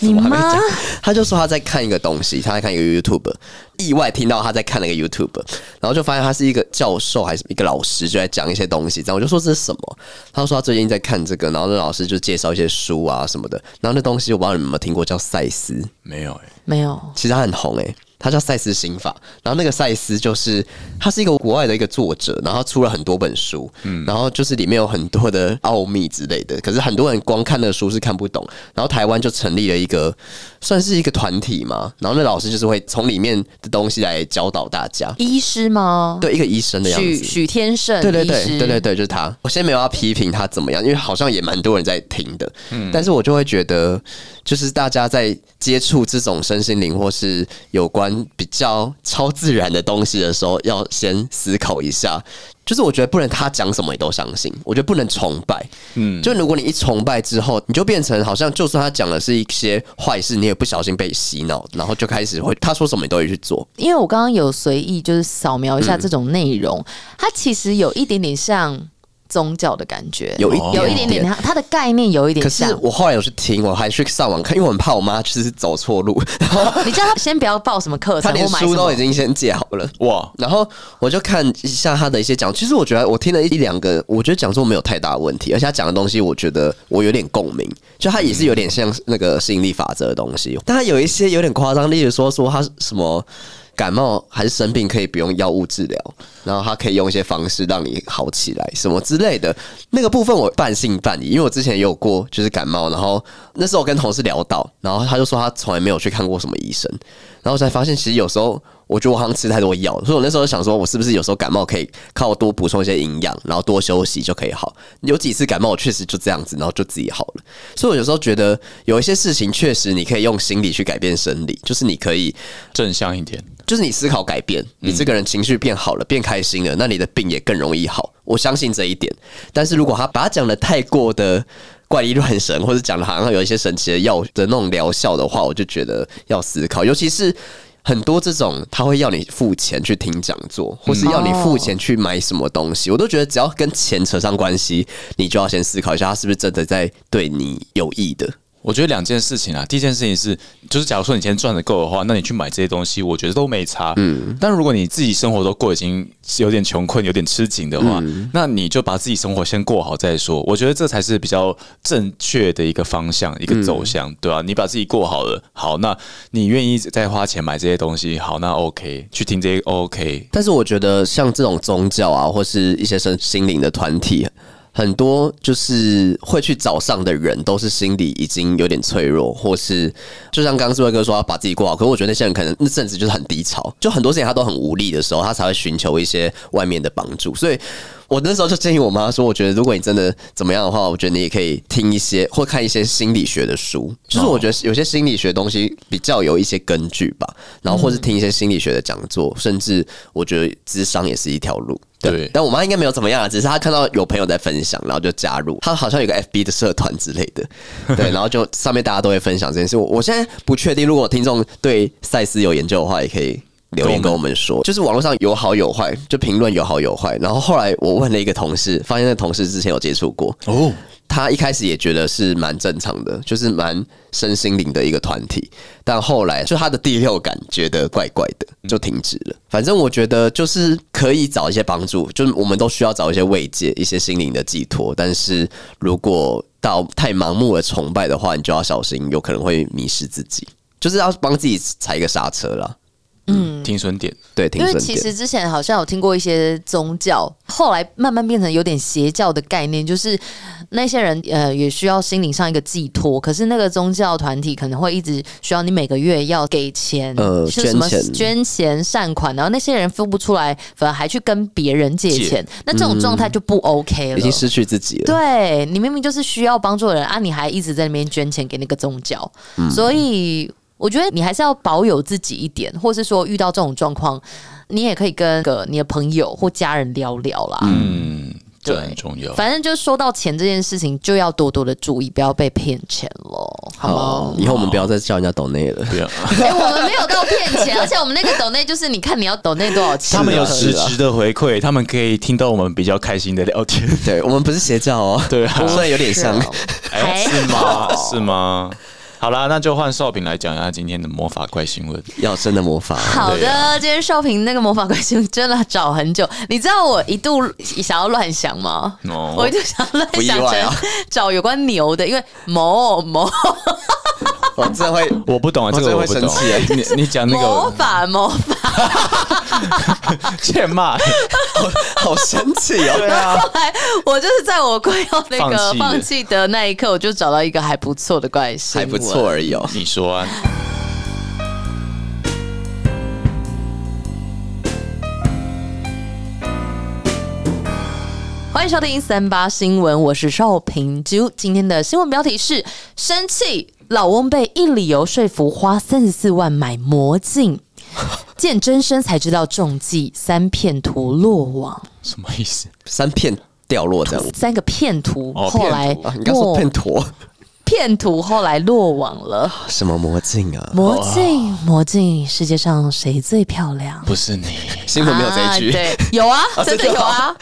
S1: 你
S4: 我还没
S1: 妈
S4: 讲，她就说她在看一个东西，她在看一个 YouTube，意外听到她在看那个 YouTube，然后就发现她是一个教授还是一个老师，就在讲一些东西。这样我就说这是什么？她说她最近在看这个，然后那老师就介绍一些书啊什么的。然后那东西我不知道你们有没有听过，叫赛斯，
S3: 没有哎、
S1: 没有，
S4: 其实它很红诶、它叫赛斯刑法，然后那个赛斯就是他是一个国外的一个作者，然后出了很多本书，然后就是里面有很多的奥秘之类的，可是很多人光看那个书是看不懂，然后台湾就成立了一个算是一个团体嘛，然后那老师就是会从里面的东西来教导大家，
S1: 医师吗？，
S4: 对一个医生的样
S1: 许
S4: 子，
S1: 许天胜，
S4: 对对
S1: 医师
S4: 对对对，对，就是他。我现在没有要批评他怎么样，因为好像也蛮多人在听的。但是我就会觉得，就是大家在接触这种身心灵或是有关比较超自然的东西的时候，要先思考一下。就是我觉得不能他讲什么你都相信，我觉得不能崇拜。嗯，就如果你一崇拜之后，你就变成好像就算他讲的是一些坏事，你也不小心被洗脑，然后就开始会他说什么你都会去做。
S1: 因为我刚刚有随意就是扫描一下这种内容，它其实有一点点像宗教的感觉，
S4: 有一
S1: 有一
S4: 点
S1: 点点，它它的概念有一点
S4: 可是
S1: 像。
S4: 我后来有去听，我还去上网看，因为我很怕我妈就是走错路，然后
S1: 你叫他先不要报什么课
S4: 她
S1: 程
S4: 连
S1: 或买什
S4: 书
S1: 么
S4: 都已经先借好了。
S3: 哇，
S4: 然后我就看一下她的一些讲，其实我觉得我听了一两个，我觉得讲座没有太大的问题，而且她讲的东西我觉得我有点共鸣，就她也是有点像那个吸引力法则的东西，但她有一些有点夸张，例如说说她什么。感冒还是生病可以不用药物治疗，然后她可以用一些方式让你好起来，什么之类的。那个部分我半信半疑，因为我之前也有过就是感冒，然后那时候我跟同事聊到，然后他就说他从来没有去看过什么医生，然后我才发现其实有时候我觉得我好像吃太多药，所以我那时候想说我是不是有时候感冒可以靠多补充一些营养，然后多休息就可以好。有几次感冒我确实就这样子，然后就自己好了。所以我有时候觉得有一些事情确实你可以用心理去改变生理，就是你可以
S3: 正向一点。
S4: 就是你思考改变，你这个人情绪变好了，变开心了，那你的病也更容易好。我相信这一点。但是如果他把它讲的太过的怪力乱神，或者讲的好像有一些神奇的药的那种疗效的话，我就觉得要思考，尤其是。很多这种他会要你付钱去听讲座，或是要你付钱去买什么东西，我都觉得只要跟钱扯上关系，你就要先思考一下，他是不是真的在对你有益的。
S3: 我觉得两件事情啊，第一件事情是，就是假如说你钱赚的够的话，那你去买这些东西，我觉得都没差。嗯，但如果你自己生活都过已经有点穷困、有点吃紧的话，那你就把自己生活先过好再说。我觉得这才是比较正确的一个方向、一个走向，对啊吧、你把自己过好了，好，那你愿意再花钱买这些东西，好，那 OK，去听这些 OK。
S4: 但是我觉得像这种宗教啊，或是一些身心灵的团体，很多就是会去找上的人，都是心理已经有点脆弱，或是就像刚刚志伟哥说要啊把自己过好，可是我觉得那些人可能那阵子就是很低潮，就很多事情他都很无力的时候，他才会寻求一些外面的帮助，所以。我那时候就建议我妈说，我觉得如果你真的怎么样的话，我觉得你也可以听一些或看一些心理学的书，就是我觉得有些心理学东西比较有一些根据吧，然后或是听一些心理学的讲座，甚至我觉得智商也是一条路。
S3: 对
S4: 但我妈应该没有怎么样啊，只是她看到有朋友在分享，然后就加入。她好像有个 FB 的社团之类 的，对，然后就上面大家都会分享这件事。我我现在不确定，如果听众对赛斯有研究的话，也可以留言跟我们说。就是网络上有好有坏，就评论有好有坏。然后后来我问了一个同事，发现那个同事之前有接触过，
S3: 哦，
S4: 他一开始也觉得是蛮正常的，就是蛮身心灵的一个团体，但后来就他的第六感觉得怪怪的，就停止了。反正我觉得就是可以找一些帮助，就是我们都需要找一些慰藉、一些心灵的寄托。但是如果到太盲目的崇拜的话，你就要小心，有可能会迷失自己，就是要帮自己踩一个刹车啦。
S3: 嗯，停损点，
S4: 对，停
S1: 因为
S4: 损
S1: 其
S4: 点。
S1: 实之前好像有听过一些宗教，后来慢慢变成有点邪教的概念，就是那些人呃也需要心灵上一个寄托，可是那个宗教团体可能会一直需要你每个月要给钱，
S4: 呃
S1: 就是什么
S4: 捐钱
S1: 捐钱善款，然后那些人付不出来，反而还去跟别人借
S3: 借
S1: 钱，那这种状态就不 OK
S4: 嗯已
S1: 了。
S4: 经失去自己了。
S1: 对你明明就是需要帮助的人啊，你还一直在那边捐钱给那个宗教，
S3: 嗯
S1: 所以我觉得你还是要保有自己一点，或是说遇到这种状况，你也可以跟个你的朋友或家人聊聊啦。
S3: 嗯，这
S1: 对
S3: 很重要。
S1: 反正就是说到钱这件事情，就要多多的注意，不要被骗钱喽，好 吗？
S4: 以后我们不要再叫人家抖内了。
S3: 不要，
S1: 哎、我们没有到骗钱，而且我们那个抖内就是你看你要抖内多少钱，
S3: 他们有
S1: 吃
S3: 实质的回馈，他们可以听到我们比较开心的聊天，
S4: 对我们不是邪教哦，
S3: 对啊，
S4: 虽然有点像。
S1: 还
S3: 哎是吗？是吗？好啦，那就换少平来讲一下今天的魔法怪新闻。
S4: 要真的魔法，
S1: 好
S3: 对
S1: 的，今天少平那个魔法怪新闻真的找很久，你知道我一度想要乱想吗？
S3: 哦
S1: 我一度想要
S4: 不
S1: 乱
S4: 意
S1: 想
S4: 外
S1: 成
S4: 啊
S1: 找有关牛的，因为某某
S4: 我真的会
S3: 我不懂啊，
S4: 我
S3: 这
S4: 真的
S3: 个我
S4: 会
S3: 不懂
S4: 生气耶。
S3: 你你讲那
S1: 魔
S3: 个
S1: 法魔法，
S3: 欠骂，
S4: 好生气哦。
S3: 对啊，
S1: 后来我就是在我快要那
S3: 放
S1: 个
S3: 弃了
S1: 放弃的那一刻，我就找到一个还不错的怪新
S4: 还
S1: 闻，
S4: 不错。而已哦。
S3: 你说啊，
S1: 欢迎收听三八新闻，我是邵平啾。今天的新闻标题是：生气老翁被一理由说服花三十四万买魔 镜，见真身才知道中计，三骗徒落网。
S3: 什么意思？
S4: 三片掉落这样。
S1: 三个骗徒
S3: 哦
S1: 后来
S4: 啊，你刚说
S1: 落
S4: 片坨，
S1: 骗徒后来落网了。
S4: 什么魔镜啊？
S1: 魔镜，魔镜，世界上谁最漂亮？
S3: 不是你，
S4: 新闻没有这一
S1: 啊
S4: 句。
S1: 对，有 啊，真
S4: 真
S1: 的
S4: 的
S1: 有啊。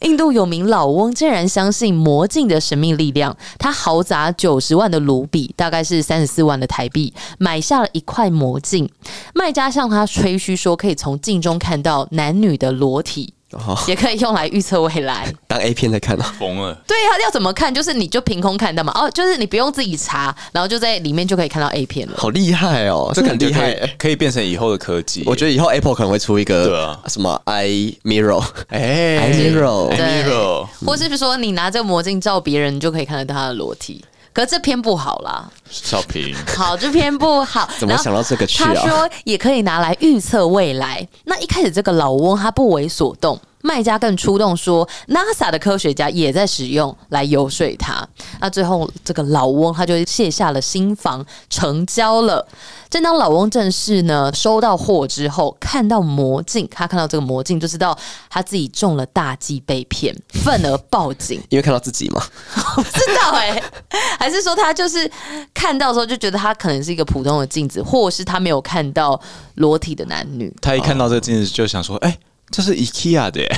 S1: 印度有名老翁竟然相信魔镜的神秘力量，他豪砸九十万的卢比，大概是三十四万的台币，买下了一块魔镜。卖家向他吹嘘说，可以从镜中看到男女的裸 体，
S4: 哦，
S1: 也可以用来预测未来。
S4: 当 A 片在看啊。
S3: 疯了。
S1: 对呀、要怎么看？就是你就凭空看到嘛。哦，就是你不用自己查，然后就在里面就可以看到 A 片了。
S4: 好厉害哦，这个很厉害
S3: 可以
S4: 耶。
S3: 可以变成以后的科技。
S4: 我觉得以后 Apple 可能会出一
S3: 对
S4: 个
S3: 啊
S4: 什么 i Mirror，
S3: 得，哎
S4: i Mirror，
S1: 对
S3: Mirror
S1: 或是说你拿这个魔镜照别人，你就可以看得到他的裸体。可是这篇不好啦，
S3: 少平，
S1: 好，这篇不好。
S4: 怎么想到这个去
S1: 然后他
S4: 啊？
S1: 说也可以拿来预测未来。那一开始这个老翁他不为所动。卖家更出动说，NASA 的科学家也在使用来游说他。那最后，这个老翁他就卸下了心防，成交了。正当老翁正式呢收到货之后，看到魔镜，他看到这个魔镜就知道他自己中了大忌被骗，愤而报警。
S4: 因为看到自己嘛，
S1: 知道哎、还是说他就是看到的时候就觉得他可能是一个普通的镜子，或是他没有看到裸体的男女。
S3: 他一看到这个镜子就想说，哎，这是 IKEA 的耶，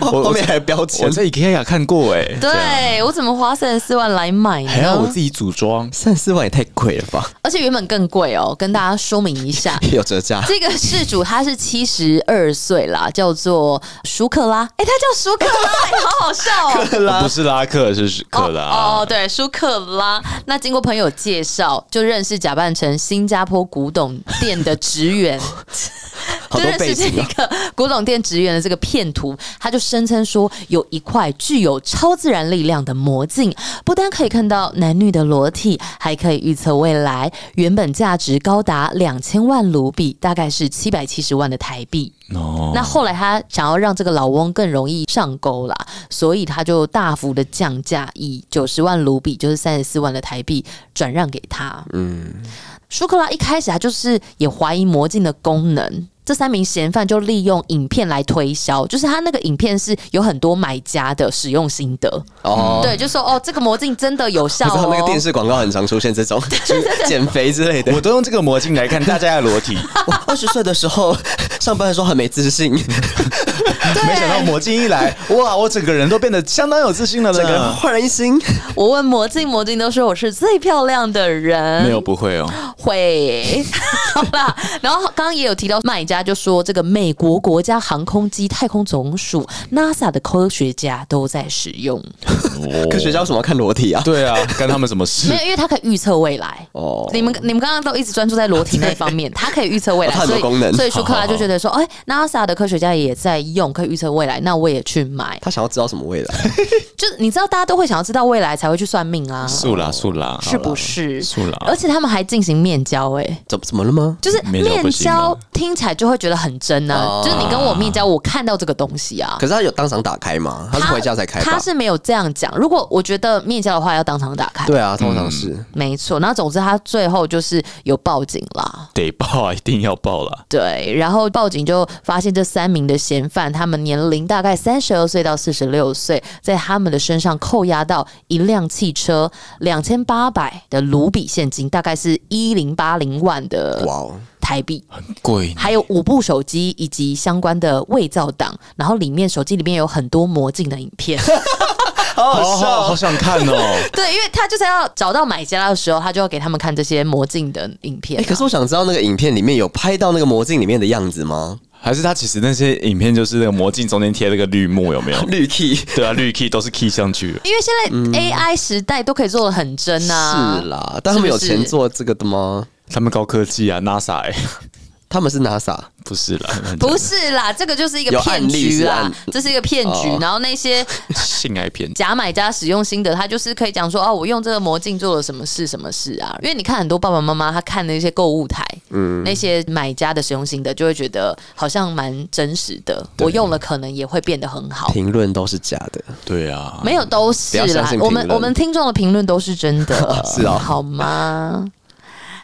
S4: 后面还有标
S3: 我
S4: 签，
S3: 在 IKEA 看过哎，这样
S1: 对我怎么花三十四万来买
S3: 还要我
S1: 呢？
S3: 自己组装。
S4: 三四万也太贵了吧？
S1: 而且原本更贵哦，跟大家说明一 下。
S4: 有折价，
S1: 这个事主他是七十二岁啦，叫做舒克拉，哎、他叫舒克拉、哎好好 笑哦。
S3: 不是拉克，是克
S4: 啊
S1: 哦
S3: 拉
S1: 哦，。对，舒克拉。那经过朋友介绍，就认识假扮成新加坡古董店的职员，
S4: 好
S1: 就
S4: 多
S1: 认识
S4: 背
S1: 这
S4: 景啊。
S1: 个古董店职员的这个骗徒，他就声称说有一块具有超自然力量的魔镜，不但可以看到男女的裸体，还可以预测未来。原本价值高达两千万卢比，大概是七百七十万的台币。
S3: 哦，
S1: 那后来他想要让这个老翁更容易上钩啦，所以他就大幅的降价，以九十万卢比，就是三十四万的台币转让给他。嗯，舒克拉一开始他就是也怀疑魔镜的功能。这三名嫌犯就利用影片来推销，就是他那个影片是有很多买家的使用心得，
S4: 哦，
S1: 对，就说哦，这个魔镜真的有效
S4: 我 知道那
S1: 哦
S4: 个。电视广告很常出现这种减肥之类的。
S3: 我都用这个魔镜来看大家的裸体，
S4: 我二十岁的时候 上班的时候很没自 信，
S3: 没想到魔镜一来，哇，我整个人都变得相当有自信了
S4: 整个人
S3: 呢。
S4: 焕然一新。
S1: 我问魔镜，魔镜都说我是最漂亮的 人，
S3: 没有不会哦，
S1: 会。好啦，然后刚刚也有提到卖家就说，这个美国国家航空机太空总署 NASA 的科学家都在使用，
S4: 科学家为什么要看裸体啊？
S3: 对啊，干他们什么事
S1: 没？有，因为它可以预测未来。
S4: 哦，
S1: 你们你们刚刚都一直专注在裸体那一方面， 它可以预测未来，
S4: 它很
S1: 所
S4: 多
S1: 以
S4: 功能
S1: 所以舒克拉就觉得说，哎，NASA 的科学家也在用，可以预测未来，那我也去买。
S4: 他想要知道什么未来？
S1: 就是你知道，大家都会想要知道未来才会去算命啊，
S2: 素啦素啦，
S1: 是不是？
S2: 素啦
S1: 而，且他们还进行面交、哎。
S4: 怎 么怎么了吗？
S1: 就是
S2: 面交
S1: 面
S2: 不行
S1: 交
S2: 吗
S1: 听起来就会觉得很真啊，
S4: 哦
S1: 就是你跟我面交，我看到这个东西啊。
S4: 可是他有当场打开吗？他是回家才开
S1: 他
S4: 吧？
S1: 是没有这样讲。如果我觉得面交的话，要当场打开。
S4: 对，啊，通常是。
S1: 没错。那总之他最后就是有报警啦。
S2: 得报啊，一定要报啦。
S1: 对，然后报警就发现这三名的嫌犯，他们年龄大概三十二岁到四十六岁，在他们的身上扣押到一辆汽车、两千八百的卢比现金，大概是一零八零万的
S4: 哇哦，
S1: 台币。
S3: 贵
S1: 还有五部手机以及相关的伪造档，然后里面手机里面有很多魔镜的影片。！
S4: 好
S3: 好好好想看 哦
S1: 对，因为他就是要找到买家的时候，他就要给他们看这些魔镜的影片、
S4: 哎、可是我想知道那个影片里面有拍到那个魔镜里面的样子吗？
S2: 还是他其实那些影片就是那个魔镜中间贴了个绿幕，有没有？
S4: 绿 key
S2: 对啊，绿 key 都是 key 上去的。
S1: 因为现在 AI 时代都可以做的很真啊。
S4: 嗯是啦，但他们有钱做这个的吗？
S2: 他们高科技啊，NASA 哎、
S4: 他们是 NASA，
S2: 不是啦，
S1: 不是啦，这个就是一个
S4: 有
S1: 骗
S4: 案例
S1: 局
S4: 是
S1: 啦
S4: 案，
S1: 这是一个骗局。
S4: 哦
S1: 然后那些
S2: 性爱片。
S1: 假买家使用心得，他就是可以讲说哦，我用这个魔镜做了什么事什么事啊？因为你看很多爸爸妈妈他看那些购物台，嗯，那些买家的使用心得，就会觉得好像蛮真实的。我用了可能也会变得很好，
S4: 评论都是假的。
S3: 对啊，
S1: 没有都是
S4: 不要相
S1: 啦
S4: 信评。
S1: 我
S4: 论
S1: 们我们听众的评论都是真的，
S4: 是啊
S1: 好吗？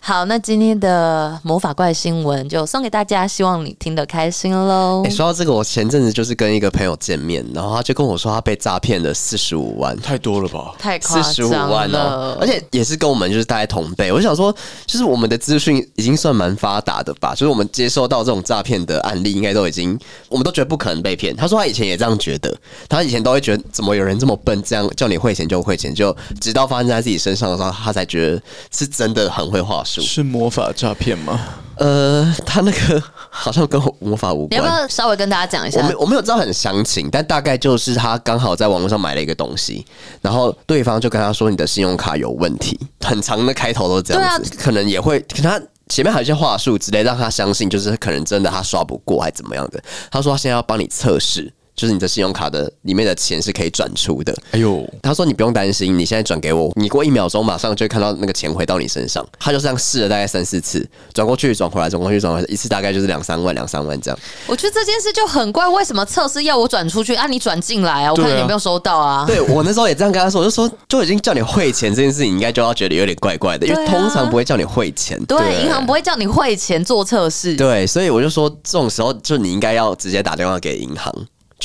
S1: 好，那今天的魔法怪新闻就送给大家，希望你听得开心喽
S4: 哎、。说到这个，我前阵子就是跟一个朋友见面，然后他就跟我说他被诈骗了四十五万。
S3: 太多了吧？
S1: 太夸
S4: 四十五
S1: 张
S4: 万
S1: 了
S4: 哦，，而且也是跟我们就是大概同辈。我想说，就是我们的资讯已经算蛮发达的吧，就是我们接收到这种诈骗的案例，应该都已经我们都觉得不可能被骗。他说他以前也这样觉得，他以前都会觉得怎么有人这么笨，这样叫你汇钱就汇钱，就直到发生在自己身上的时候，他才觉得是真的很会话术。
S3: 是魔法诈骗吗？
S4: 呃，他那个好像跟我魔法无
S1: 你要不
S4: 关。
S1: 要稍微跟大家讲一
S4: 我
S1: 下
S4: 没？我没有知道很详情，但大概就是他刚好在网络上买了一个东西，然后对方就跟他说你的信用卡有问题，很长的开头都这样
S1: 啊
S4: 子，可能也会，可能他前面还有一些话术之类，让他相信就是可能真的他刷不过还怎么样的。他说他现在要帮你测试，就是你的信用卡的里面的钱是可以转出的，
S3: 哎呦，
S4: 他说：“你不用担心，你现在转给我，你过一秒钟马上就会看到那个钱回到你身上。”他就这样试了大概三四次，转过去，转回来，转过去，转回来，一次大概就是两三万，两三万这样。
S1: 我觉得这件事就很怪，为什么测试要我转出去啊？你转进来啊？我看
S3: 对啊
S1: 你有没有收到 啊？
S4: 对我那时候也这样跟他说，我就说就已经叫你汇钱这件事情，你应该就要觉得有点怪怪的，因
S1: 对
S4: 为
S1: 啊
S4: 通常不会叫你汇钱。
S1: 对，银行不会叫你汇钱做测试，
S4: 啊对，所以我就说这种时候就你应该要直接打电话给银行，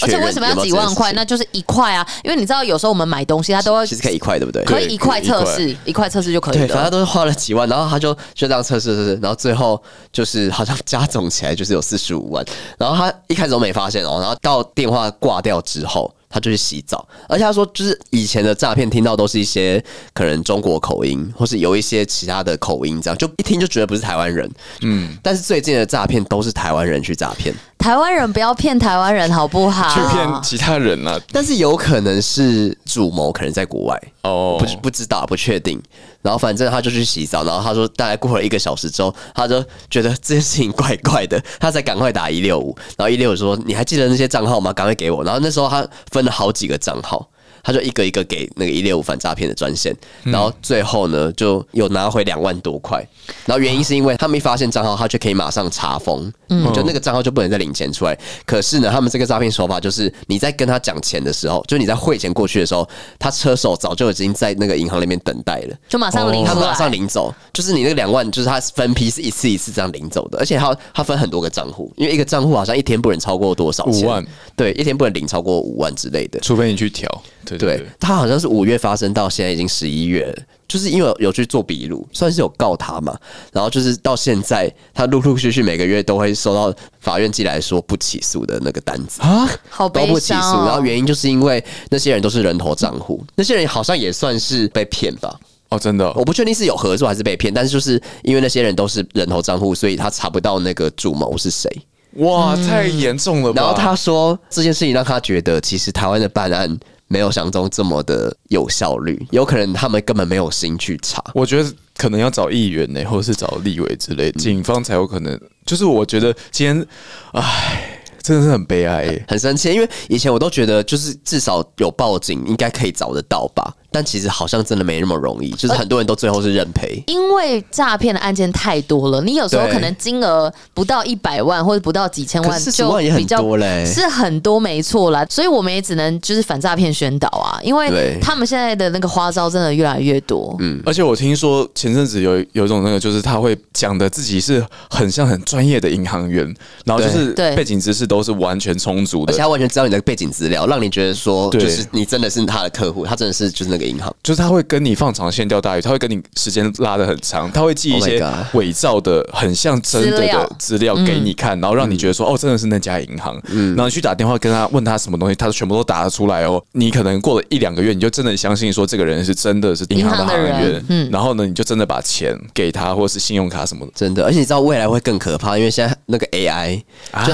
S1: 而
S4: 确
S1: 且
S4: 认
S1: 为什么要
S4: 有没有
S1: 几
S4: 这件
S1: 万块？
S4: 事情
S1: 那就是一块啊，因为你知道有时候我们买东西，它都会
S4: 其实可以一块，对不对？
S1: 可以一块测试，一块测试就可以
S4: 对，反正
S1: 了。
S4: 都是花了几万，然后他就就这样测试测试，然后最后就是好像加总起来就是有四十五万，然后他一开始都没发现哦，然后到电话挂掉之后。他就去洗澡，而且他说，就是以前的诈骗听到都是一些可能中国口音，或是有一些其他的口音，这样就一听就觉得不是台湾人。嗯，但是最近的诈骗都是台湾人去诈骗，
S1: 台湾人不要骗台湾人好不
S4: 啊
S1: 好？
S3: 去骗其他人啊？
S4: 但是有可能是主谋，可能在国外。
S3: 哦，
S4: 不不知道，不确定。然后反正他就去洗澡，然后他说大概过了一个小时之后，他就觉得这件事情怪怪的，他才赶快打一六五。然后一六五说：“你还记得那些账号吗？赶快给我。”然后那时候他分了好几个账号。他就一个一个给那个一六五反诈骗的专线，然后最后呢就有拿回两万多块，然后原因是因为他们一发现账号，他就可以马上查封，
S3: 嗯
S4: 就那个账号就不能再领钱出来。可是呢，他们这个诈骗手法就是你在跟他讲钱的时候，就你在汇钱过去的时候，他车手早就已经在那个银行那边等待了。
S1: 就马上
S3: 哦
S1: 领
S4: 他
S1: 出
S4: 马上
S1: 来。
S4: 领走，就是你那个两万，就是他分批是一次一次这样领走的，而且他他分很多个账户，因为一个账户好像一天不能超过多少钱，
S3: 五万，
S4: 对，一天不能领超过五万之类的。
S3: 除非你去调，对对
S4: 对
S3: 对，
S4: 他好像是五月发生到现在已经十一月了，就是因为有有去做笔录，算是有告他嘛。然后就是到现在，他陆陆续续每个月都会收到法院寄来说不起诉的那个单子。
S3: 啊，
S1: 好
S4: 都
S1: 悲
S4: 不起
S1: 伤、
S4: 诉，然后
S1: 哦！
S4: 原因就是因为那些人都是人头账户，那些人好像也算是被骗吧，
S2: 哦，真的哦、
S4: 我不确定是有合作还是被骗，但是就是因为那些人都是人头账户，所以他查不到那个主谋是谁。
S2: 哇，太严重了吧？
S4: 嗯然后
S3: 啊
S4: 他说这件事情让他觉得，其实台湾的办案没有想象中这么的有效率，有可能他们根本没有心去查。
S2: 我觉得可能要找议员呢、或者是找立委之
S4: 嗯
S2: 类，警方才有可能。就是我觉得今天，唉，真的是很悲哀、耶
S4: 很生气，因为以前我都觉得，就是至少有报警，应该可以找得到吧。但其实好像真的没那么容易，就是很多人都最后是认赔。
S1: 因为诈骗的案件太多了，你有时候
S4: 对
S1: 可能金额不到一百万或者不到几千
S4: 可
S1: 万，
S4: 是40
S1: 就
S4: 万也很
S1: 比较
S4: 多嘞
S1: 是很多没错啦。所以我们也只能就是反诈骗宣导啊，因为
S4: 对
S1: 他们现在的那个花招真的越来越多。嗯，
S2: 而且我听说前阵子有有一种那个，就是他会讲的自己是很像很专业的银行员，然后就是
S1: 对对
S2: 背景知识都是完全充足
S4: 而且
S2: 的，
S4: 他完全知道你的背景资料，让你觉得说，
S2: 对
S4: 就是你真的是他的客户，他真的是就是那个银行。
S2: 就是他会跟你放长线钓大鱼，他会跟你时间拉的很长，他会寄一
S4: Oh
S2: 些
S4: my
S2: 伪造的、很像真的
S1: 资料
S2: 的资料给你看，然后让你觉得说、哦，真的是那家银行，
S1: 嗯
S2: 然后你去打电话跟他问他什么东西，他全部都答得出来
S1: 嗯
S2: 哦。你可能过了一两个月，你就真的相信说这个人是真的是银行的
S1: 银行的
S2: 行员
S1: 人，嗯
S2: 然后呢，你就真的把钱给他，或是信用卡什么的。
S4: 真的，而且你知道未来会更可怕，因为现在那个 AI，、就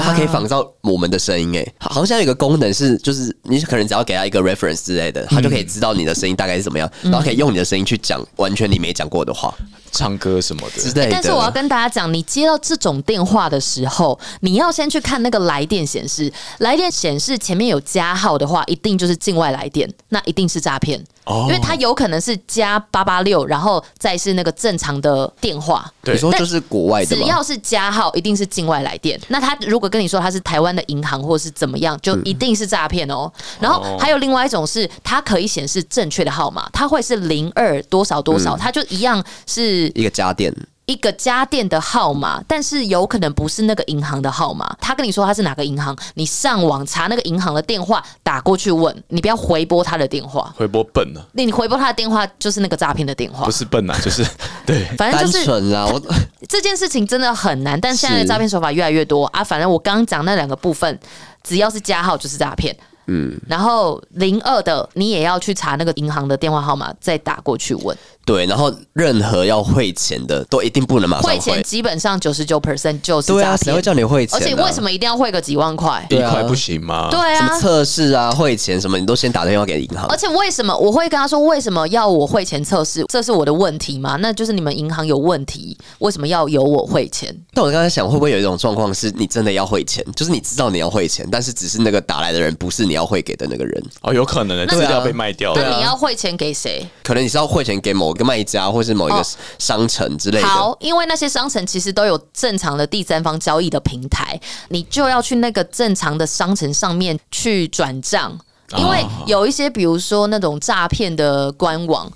S1: 啊
S4: 它可以仿造我们的声音，哎，好像有一个功能是，就是你可能只要给它一个 reference 之类的，它就可以知道你的声音大概是怎么样，
S1: 嗯
S4: 然后可以用你的声音去讲完全你没讲过的话
S2: 唱歌什么的，
S4: 之类的。
S1: 欸但是我要跟大家讲，你接到这种电话的时候，你要先去看那个来电显示，来电显示前面有加号的话，一定就是境外来电，那一定是诈骗。
S2: 哦
S1: 因为它有可能是加八八六，然后再是那个正常的电话。
S2: 对
S4: 你说就是国外的
S1: 只
S4: 吗？
S1: 要是加号，一定是境外来电。那他如果跟你说他是台湾的银行或是怎么样，就一定是诈骗哦。然后还有另外一种是，它可以显示正确的号码，它会是零二多少多少，它就一样是
S4: 一个家电，
S1: 一个家电的号码，但是有可能不是那个银行的号码。他跟你说他是哪个银行，你上网查那个银行的电话，打过去问，你不要回拨他的电话。
S2: 回拨笨了，
S1: 你回拨他的电话就是那个诈骗的电话
S2: 不，是笨啊， 就是对。
S1: 反正
S4: 单
S1: 就是
S4: 纯啦，我
S1: 这件事情真的很难，但现在的
S4: 是
S1: 诈骗手法越来越多啊。反正我刚刚讲那两个部分，只要是加号就是诈骗。嗯，然后零二的你也要去查那个银行的电话号码，再打过去问。
S4: 对，然后任何要汇钱的都一定不能马上
S1: 汇
S4: 汇，
S1: 钱基本上九十九 percent 就是
S4: 对
S1: 诈
S4: 啊，谁
S1: 骗，
S4: 会叫你汇钱、
S1: 而
S4: 啊？
S1: 且为什么一定要汇个几万块？
S4: 对
S3: 一
S4: 啊
S3: 块不行吗？
S1: 对
S4: 什么
S1: 啊，
S4: 测试啊、汇钱什么，你都先打电话给银行
S1: 而。且为什么我会跟他说为什么要我汇钱测试？这是我的问题吗？那就是你们银行有问题，为什么要由我汇钱？
S4: 但我刚才想，会不会有一种状况是你真的要汇钱，就是你知道你要汇钱，但是只是那个打来的人不是你要汇给的那个人，
S3: 哦，有可能的，
S1: 那
S3: 资
S1: 对啊
S3: 料被卖掉
S1: 那你
S3: 了。
S1: 要汇钱给谁？
S4: 可能你是要汇钱给某个卖家或是某一个
S1: 哦
S4: 商城之类的。
S1: 好，因为那些商城其实都有正常的第三方交易的平台，你就要去那个正常的商城上面去转账，
S4: 啊
S1: 因为有一些比如说那种诈骗的官网。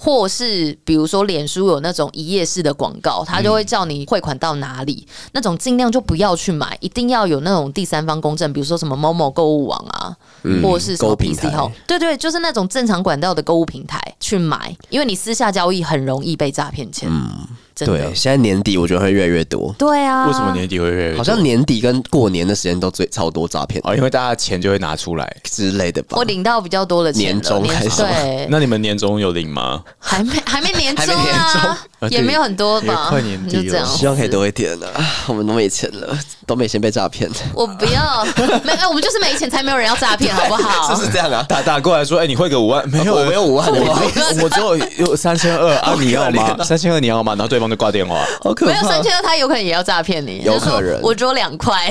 S1: 或是比如说，脸书有那种一页式的广告，它就会叫你汇款到哪里，那种尽量就不要去买，一定要有那种第三方公证，比如说什么某某购物网啊，或者是什
S4: 嗯购
S1: 么
S4: 物平
S1: PC
S4: 台
S1: 号，对对，就是那种正常管道的购物平台去买，因为你私下交易很容易被诈骗钱。
S4: 嗯
S1: 真
S4: 对啊
S1: 的，。
S4: 现在年底我觉得会越来越多，
S1: 对啊，
S3: 为什么？年底会越来越多
S4: 好像年底跟过年的时间都最超多诈骗
S3: 哦，因为大家钱就会拿出来。
S4: 之类的吧
S1: 我。领到比较多的钱了
S4: 年终还是什么
S1: 对，
S3: 那你们年终有领吗？
S1: 还没还没年终
S4: 还没
S1: 啊， 也没有很多吧，
S3: 也快年底了
S1: 就这样。
S4: 希望可以多一点了、啊，我们都没钱了，都没钱被诈骗，
S1: 我不要，没哎，我们就是没钱才没有人要诈骗，好不好？
S4: 是不是 这样啊？
S2: 打打过来说，哎、你汇个五万，没有，
S3: 哦
S4: 我没有五万的话，
S2: 我，我只有有三千 二啊，你要吗？三千二你要吗？然后对方就挂电话，
S4: 好可
S1: 没有
S4: 怕
S1: 三。千二，他有可能也要诈骗你。
S4: 有
S1: 他说
S4: 可能
S1: 我只有两块，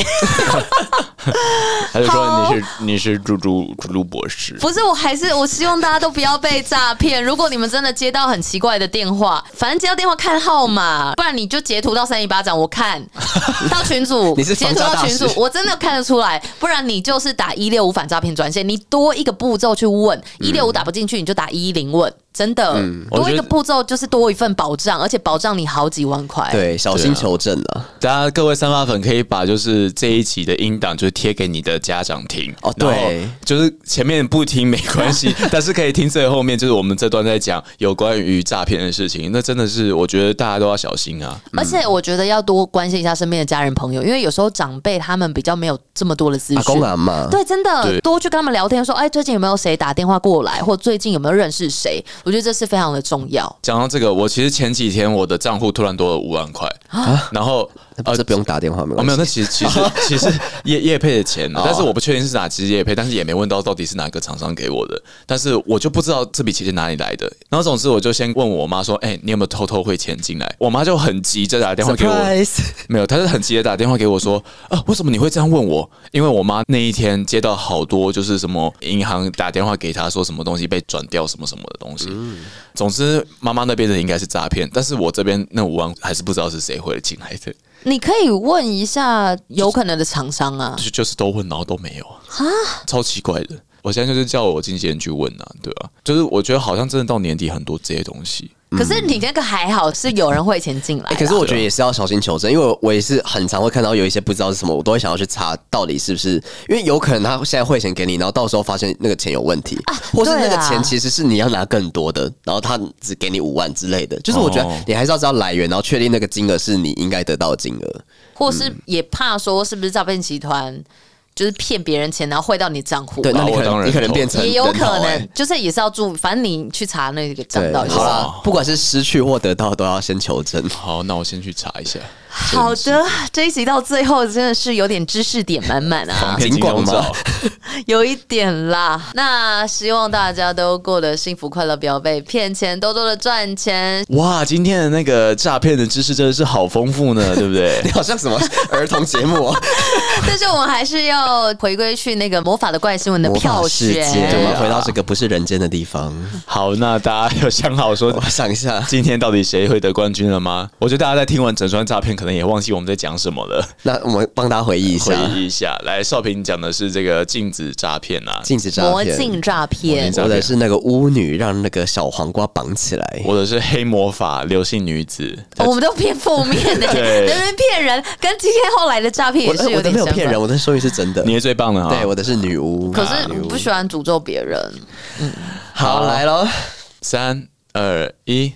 S3: 他就说你是你是猪猪猪猪博士，
S1: 不是，我还是我希望大家都不要被诈骗。如果你们真的接到很奇怪的电话，反正接到电话看号码，不然你就截图到三一巴掌，我 看到群主，
S4: 你是
S1: 截
S4: 防
S1: 图
S4: 诈
S1: 到
S4: 大
S1: 群
S4: 师
S1: 主，我真的看得出来。不然你就是打一六五反诈骗专线，你多一个步骤去问，
S4: 嗯
S1: 一六五打不进去，你就打一一零问。真的，多一
S3: 我觉
S1: 个
S3: 得
S1: 步骤就是多一份保障，而且保障你好几万块。
S4: 对，小心求证啊！
S3: 大家各位三八粉可以把就是这一集的音档就是贴给你的家长听
S4: 哦
S3: 然后
S4: 对
S3: 就是前面不听没关系，但是可以听最后面，就是我们这段在讲有关于诈骗的事情，那真的是我觉得大家都要小心啊。
S4: 嗯
S1: 而且我觉得要多关心一下身边的家人朋友，因为有时候长辈他们比较没有这么多的资
S4: 阿
S1: 讯
S4: 公。啊阿妈，
S1: 嗯对，真的
S3: 对
S1: 多去跟他们聊天，说，哎，最近有没有谁打电话过来，或最近有没有认识谁？我觉得这是非常的重要。
S3: 讲到这个，我其实前几天我的账户突然多了五万块，然后
S4: 啊，这不用打电话没
S3: 哦，
S4: 关
S3: 没
S4: 系。
S3: 有，那其实其实其 实叶叶配的钱
S4: 哦
S3: 啊，但是我不确定是哪支叶配，但是也没问到到底是哪个厂商给我的，但是我就不知道这笔钱是哪里来的。然后总之我就先问我妈说：“哎、你有没有偷偷汇钱进来？”我妈就很急着打电话给我
S4: Surprise
S3: 没有，她是很急着打电话给我说：“啊，为什么你会这样问我？”因为我妈那一天接到好多就是什么银行打电话给她说什么东西被转掉什么什么的东西。总之，妈妈那边的应该是诈骗，但是我这边那五万还是不知道是谁汇了进来的，
S1: 你可以问一下有可能的厂商啊，
S3: 就就是都问，然后都没有啊。
S1: 啊，
S3: 超奇怪的。我现在就是叫我经纪人去问啊，对啊，就是我觉得好像真的到年底很多这些东西，
S1: 可是你那个还好是有人汇钱进来啦、啊
S4: 哎可是我觉得也是要小心求证，因为我我也是很常会看到有一些不知道是什么，我都会想要去查到底是不是，因为有可能他现在汇钱给你，然后到时候发现那个钱有问题，或是那
S1: 对
S4: 个
S1: 啊
S4: 钱其实是你要拿更多的，然后他只给你五万之类的，就是我觉
S3: 哦
S4: 得你还是要知道来源，然后确定那个金额是你应该得到的金额。
S1: 或是也怕说是不是诈骗集团就是骗别人钱，然后汇到你账户。啊
S4: 对，那你
S3: 把
S4: 可
S3: 我当
S4: 能
S3: 人
S4: 你可能
S3: 头
S4: 变成
S1: 也有
S4: 人头
S1: 可
S4: 欸
S1: 能，就是也是要注意，反正你去查那个账
S4: 对，
S1: 到底是
S4: 好啦，不管是失去或得到，都要先求证。
S3: 好，那我先去查一下。
S1: 好的，这一集到最后真的是有点知识点满满啊，
S4: 尽管吧，
S1: 有一点啦。那希望大家都过得幸福快乐，不要被骗钱，多多的赚 钱。
S3: 哇，今天的那个诈骗的知识真的是好丰富 呢，对不对？
S4: 你好像什么儿童节目哦，
S1: 但是我们还是要回归去那个魔法的怪新 闻的
S4: 魔法
S1: 票
S4: 世界，
S1: 选。
S4: 我们回到这个不是人间的地方。
S3: 好，那大家有想好说
S4: 我想一下，
S3: 今天到底谁会得冠军了吗？我觉得大家在听完整串诈骗，可能也忘记我们在讲什么了。
S4: 那我们帮大家回忆一
S3: 回
S4: 下
S3: 忆一下，来，少平讲的是这个禁止诈骗啊，
S4: 禁止诈
S1: 魔镜
S4: 骗，
S1: 诈骗，
S4: 或者是那个巫女让那个小黄瓜绑起来。
S3: 或者是黑魔法、流星女子，
S1: 我们都偏负面的、欸，
S3: 对
S1: 人人骗人，跟今天后来的诈骗
S4: 我
S1: 也是
S4: 的
S1: 有
S4: 我的
S1: 点
S4: 没有
S1: 相
S4: 骗
S1: 关
S4: 人，。我的说明是真的。
S3: 你是啊最棒的哈。
S4: 对，我的是女巫。
S1: 可是我不喜欢诅咒别人，
S4: 好来喽，
S3: 三二一，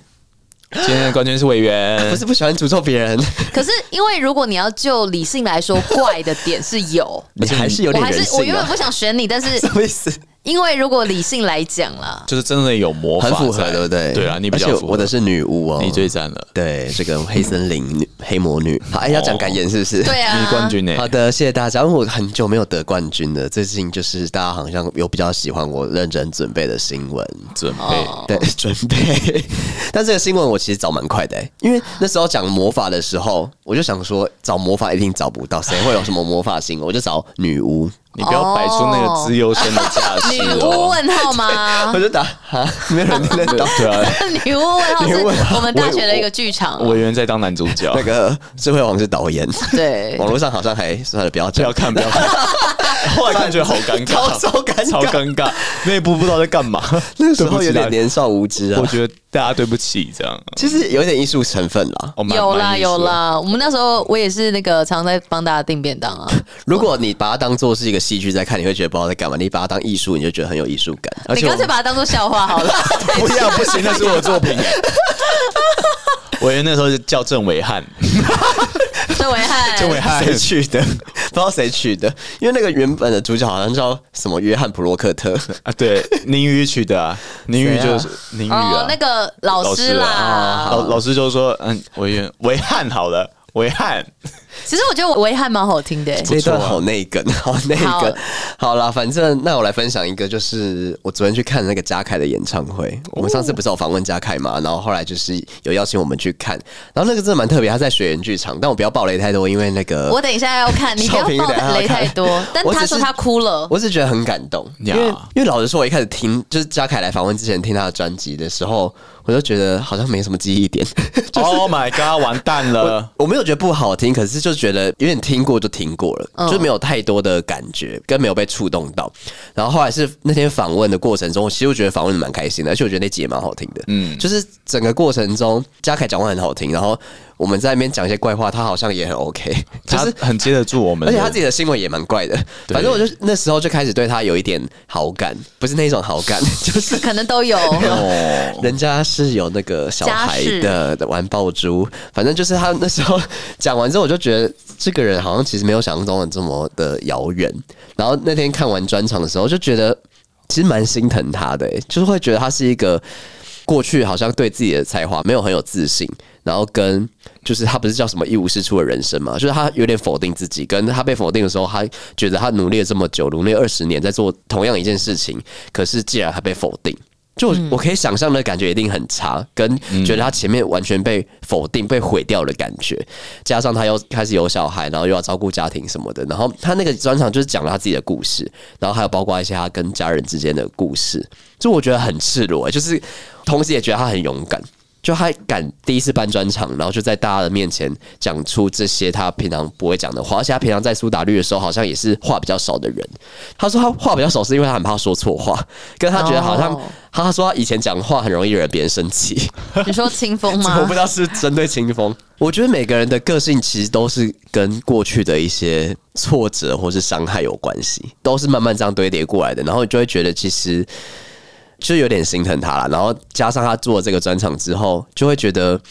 S3: 今天的冠军是委员
S4: 不，是不喜欢诅咒 别人，
S1: 可是因为如果你要就理性来说，怪的点是有，
S4: 你还是 有
S1: 我
S4: 点
S1: 还
S4: 人
S1: 是我
S4: 性
S1: 原本
S4: 啊。
S1: 不想选你，但是
S4: 什么意思？
S1: 因为如果理性来讲啦，
S3: 就是真的有魔法
S4: 很
S3: 在，
S4: 符合，对不对？
S3: 对啊，你比较
S4: 而且
S3: 符合，
S4: 我的是女巫哦。
S3: 你最赞了，
S4: 对这个黑森林女黑魔女，好，哎，要
S3: 哦
S4: 讲感言是不是？
S1: 对啊，
S3: 你是冠军呢、欸
S4: 好的，谢谢大家。因为我很久没有得冠军了，最近就是大家好像有比较喜欢我认真准备的新闻。
S3: 准备、
S4: 对， 准备。但这个新闻我其实找蛮快的、欸，因为那时候讲魔法的时候，我就想说找魔法一定找不到，谁会有什么魔法新闻？我就找女巫，
S3: 你不要摆出那个资优生的架势、
S1: 女巫
S3: 哦。。
S1: 问号吗
S4: 我？就打哈，没有人听得到
S3: 对啊，
S1: 女巫问号
S4: 女巫问
S1: 是
S4: 号
S1: 我们大学的一个剧场，
S3: 委员在当男主角
S4: 那，个智慧王是导演，
S1: 对
S4: 网络上好像还算了，不要
S3: 不
S4: 讲
S3: 要，看，不要看。 后来看觉得好尴
S4: 超
S3: 尬，
S4: 超尴尬
S3: 超尴尬，那一部不知道在干嘛。
S4: 那个时候
S3: 对
S4: 有
S3: 不
S4: 点
S3: 起
S4: 年少无知
S3: 大家
S4: 啊
S3: 我，觉得大家对不起这样。
S4: 其实有点艺术成分啦。
S3: 哦蛮
S1: 有啦
S3: 蛮艺术
S1: 有
S3: 的
S1: 啦，我们那时候我也是那个常常在帮大家订便当啊。
S4: 如果你把它当做是一个戏剧在看，你会觉得不知道在干嘛；你把它当艺术，你就觉得很有艺术感。 而
S1: 你
S4: 且我
S1: 干脆把它当做笑话 好了。
S3: 不要不行，那是我的作 品哎。委员那时候就叫郑伟汉，
S1: 郑伟汉，
S3: 郑伟汉
S4: 哎谁取的？不知道谁取的，因为那个原本的主角好像叫什么约翰普洛克特，
S3: 啊，对，宁宇取的啊，宁宇就是宁宇啊
S1: 哦，，那个老师
S3: 啊
S1: 啦。
S3: 老老师就说，嗯，维园维汉好了，维 汉，
S1: 其实我觉得维汉蛮好听的欸，
S4: 这一段好内梗， 好内
S1: 好
S4: 梗。好啦，反正那我来分享一个，就是我昨天去看那个嘉凯的演唱会。我们上
S1: 哦
S4: 次不是有访问嘉凯嘛，然后后来就是有邀请我们去看，然后那个真的蛮特别，他在水源剧场，但我不要暴雷太多，因为那个
S1: 我等一下要看，你不要
S4: 少平等一下
S1: 爆
S4: 要
S1: 雷
S4: 看
S1: 太 多。但
S4: 啊我只
S1: 他说
S4: 是
S1: 他哭了，
S4: 我是觉得很感动，因
S3: 呀
S4: 为因为老实说，我一开始听就是嘉凯来访问之前听他的专辑的时候，我就觉得好像没什么记忆点，
S3: Oh my god，完蛋了，
S4: 我没有觉得不好听，可是就觉得有点听过就听过了，
S1: 嗯
S4: 就没有太多的感觉，跟没有被触动到。然后后来是那天访问的过程中，其实我觉得访问的蛮开心的，而且我觉得那集也蛮好听的。嗯，就是整个过程中，嘉凯讲话很好听，然后我们在那边讲一些怪话，他好像也很 OK，就
S3: 他
S4: 是
S3: 很接得住我们
S4: 而
S3: 的，
S4: 且他自己的新闻也蛮怪的，反正我就那时候就开始对他有一点好感，不是那种好 感，就是
S1: 可能 都有。
S3: 哦，
S4: 人家是有那个小孩的玩爆珠，反正就是他那时候讲完之后，我就觉得这个人好像其实没有想象中的这么的遥远。然后那天看完专场的时候，就觉得其实蛮心疼他的、欸就是会觉得他是一个。过去好像对自己的才华没有很有自信，然后跟就是他不是叫什么一无是处的人生嘛，就是他有点否定自己，跟他被否定的时候，他觉得他努力了这么久，努力二十年在做同样一件事情，可是既然他被否定。就我我可以想象的感觉一定很差，跟觉得他前面完全被否定、被毁掉的感觉，加上他又开始有小孩，然后又要照顾家庭什么的，然后他那个专场就是讲了他自己的故事，然后还有包括一些他跟家人之间的故事，就我觉得很赤裸、欸，就是同时也觉得他很勇敢，就他敢第一次办专场，然后就在大家的面前讲出这些他平常不会讲的话，而且他平常在苏打绿的时候好像也是话比较少的人。他说他话比较少是因为他很怕说错话，跟他觉得好像、
S1: 哦
S4: 他他说他以前讲话很容易惹别人生气，
S1: 你说清风
S4: 我
S1: 哦吗
S4: 不知？道是针对清风。我觉得每个人的个性其实都是跟过去的一些挫折或是伤害有关系，都是慢慢这样堆叠过来的，然后你就会觉得其实。就有点心疼他了，然后加上他做了这个专场之后，就会觉得，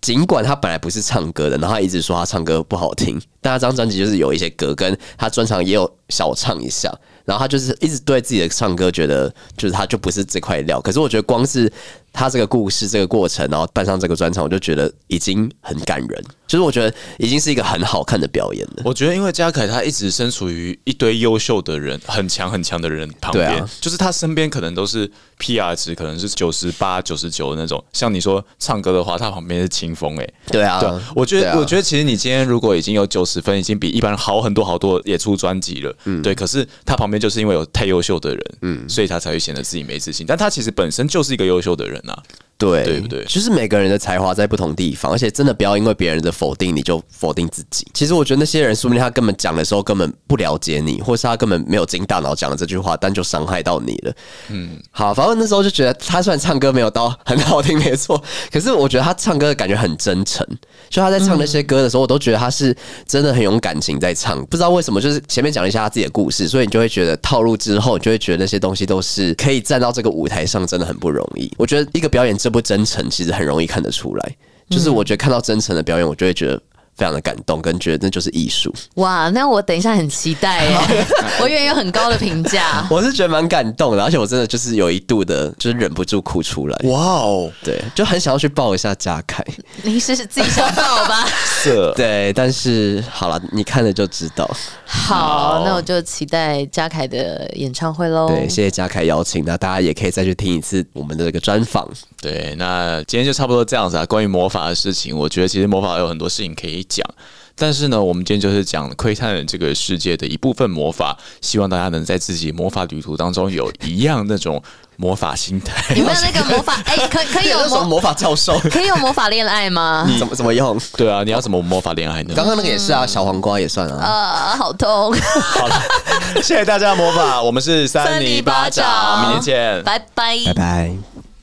S4: 尽管他本来不是唱歌的，然后他一直说他唱歌不好听，但他这张专辑就是有一些歌，跟他专场也有小唱一下，然后他就是一直对自己的唱歌觉得，就是他就不是这块料。可是我觉得光是他这个故事、这个过程，然后办上这个专场，我就觉得已经很感人，就是我觉得已经是一个很好看的表演了。
S3: 我觉得，因为嘉凯他一直身处于一堆优秀的人、很强很强的人旁边，
S4: 对啊
S3: 就是他身边可能都是 PR 值可能是九十八、九十九那种。像你说唱歌的话，他旁边是清风、欸，
S4: 对啊，
S3: 对，我觉
S4: 对
S3: 得，
S4: 啊
S3: 我觉得其实你今天如果已经有九十分，已经比一般人好很多好多，也出专辑了，
S4: 嗯
S3: 对。可是他旁边就是因为有太优秀的人，嗯，所以他才会显得自己没自信。但他其实本身就是一个优秀的人啊，
S4: 对，
S3: 对不对
S4: 就是每个人的才华在不同地方，而且真的不要因为别人的否定你就否定自己。其实我觉得那些人，说不定他根本讲的时候根本不了解你，或是他根本没有经大脑讲的这句话，但就伤害到你了。嗯，好，反正那时候就觉得他虽然唱歌没有到很好听，没错，可是我觉得他唱歌的感觉很真诚。就他在唱那些歌的时候，我都觉得他是真的很有感情在唱。不知道为什么，就是前面讲了一下他自己的故事，所以你就会觉得套路之后，你就会觉得那些东西都是可以站到这个舞台上，真的很不容易。我觉得一个表演真不真诚，其实很容易看得出来。就是我觉得看到真诚的表演，我就会觉得。非常的感动，跟觉得那就是艺术，
S1: 哇，那我等一下很期待耶，我原有很高的评价。
S4: 我是觉得蛮感动的，而且我真的就是有一度的，就是忍不住哭出来，
S3: 哇哦，
S4: 对，就很想要去抱一下嘉凯，
S1: 你是自己想到吧？
S3: 这
S4: 对，但是好了，你看了就知道，
S1: 好，那我就期待嘉凯的演唱会喽。
S4: 对，谢谢嘉凯邀请，那大家也可以再去听一次我们的这个专访。
S3: 对，那今天就差不多这样子啊。关于魔法的事情，我觉得其实魔法有很多事情可以讲，但是呢，我们今天就是讲窥探了这个世界的一部分魔法，希望大家能在自己魔法旅途当中有一样那种魔法心态。
S1: 有没有那个魔法？哎、可可以有
S4: 那什么
S1: 魔
S4: 魔法教授
S1: 可以有魔法恋爱吗？
S4: 怎么怎么用？
S3: 对啊，你要怎么魔法恋爱呢？
S4: 刚刚那个也是啊，小黄瓜也算啊。
S1: 啊，好 痛！
S3: 好了，谢谢大家的魔法，我们是
S1: 三
S3: 三
S1: 尼
S3: 尼
S1: 巴
S3: 巴
S1: 掌
S3: 掌，明天见，
S1: 拜拜。
S4: 拜拜。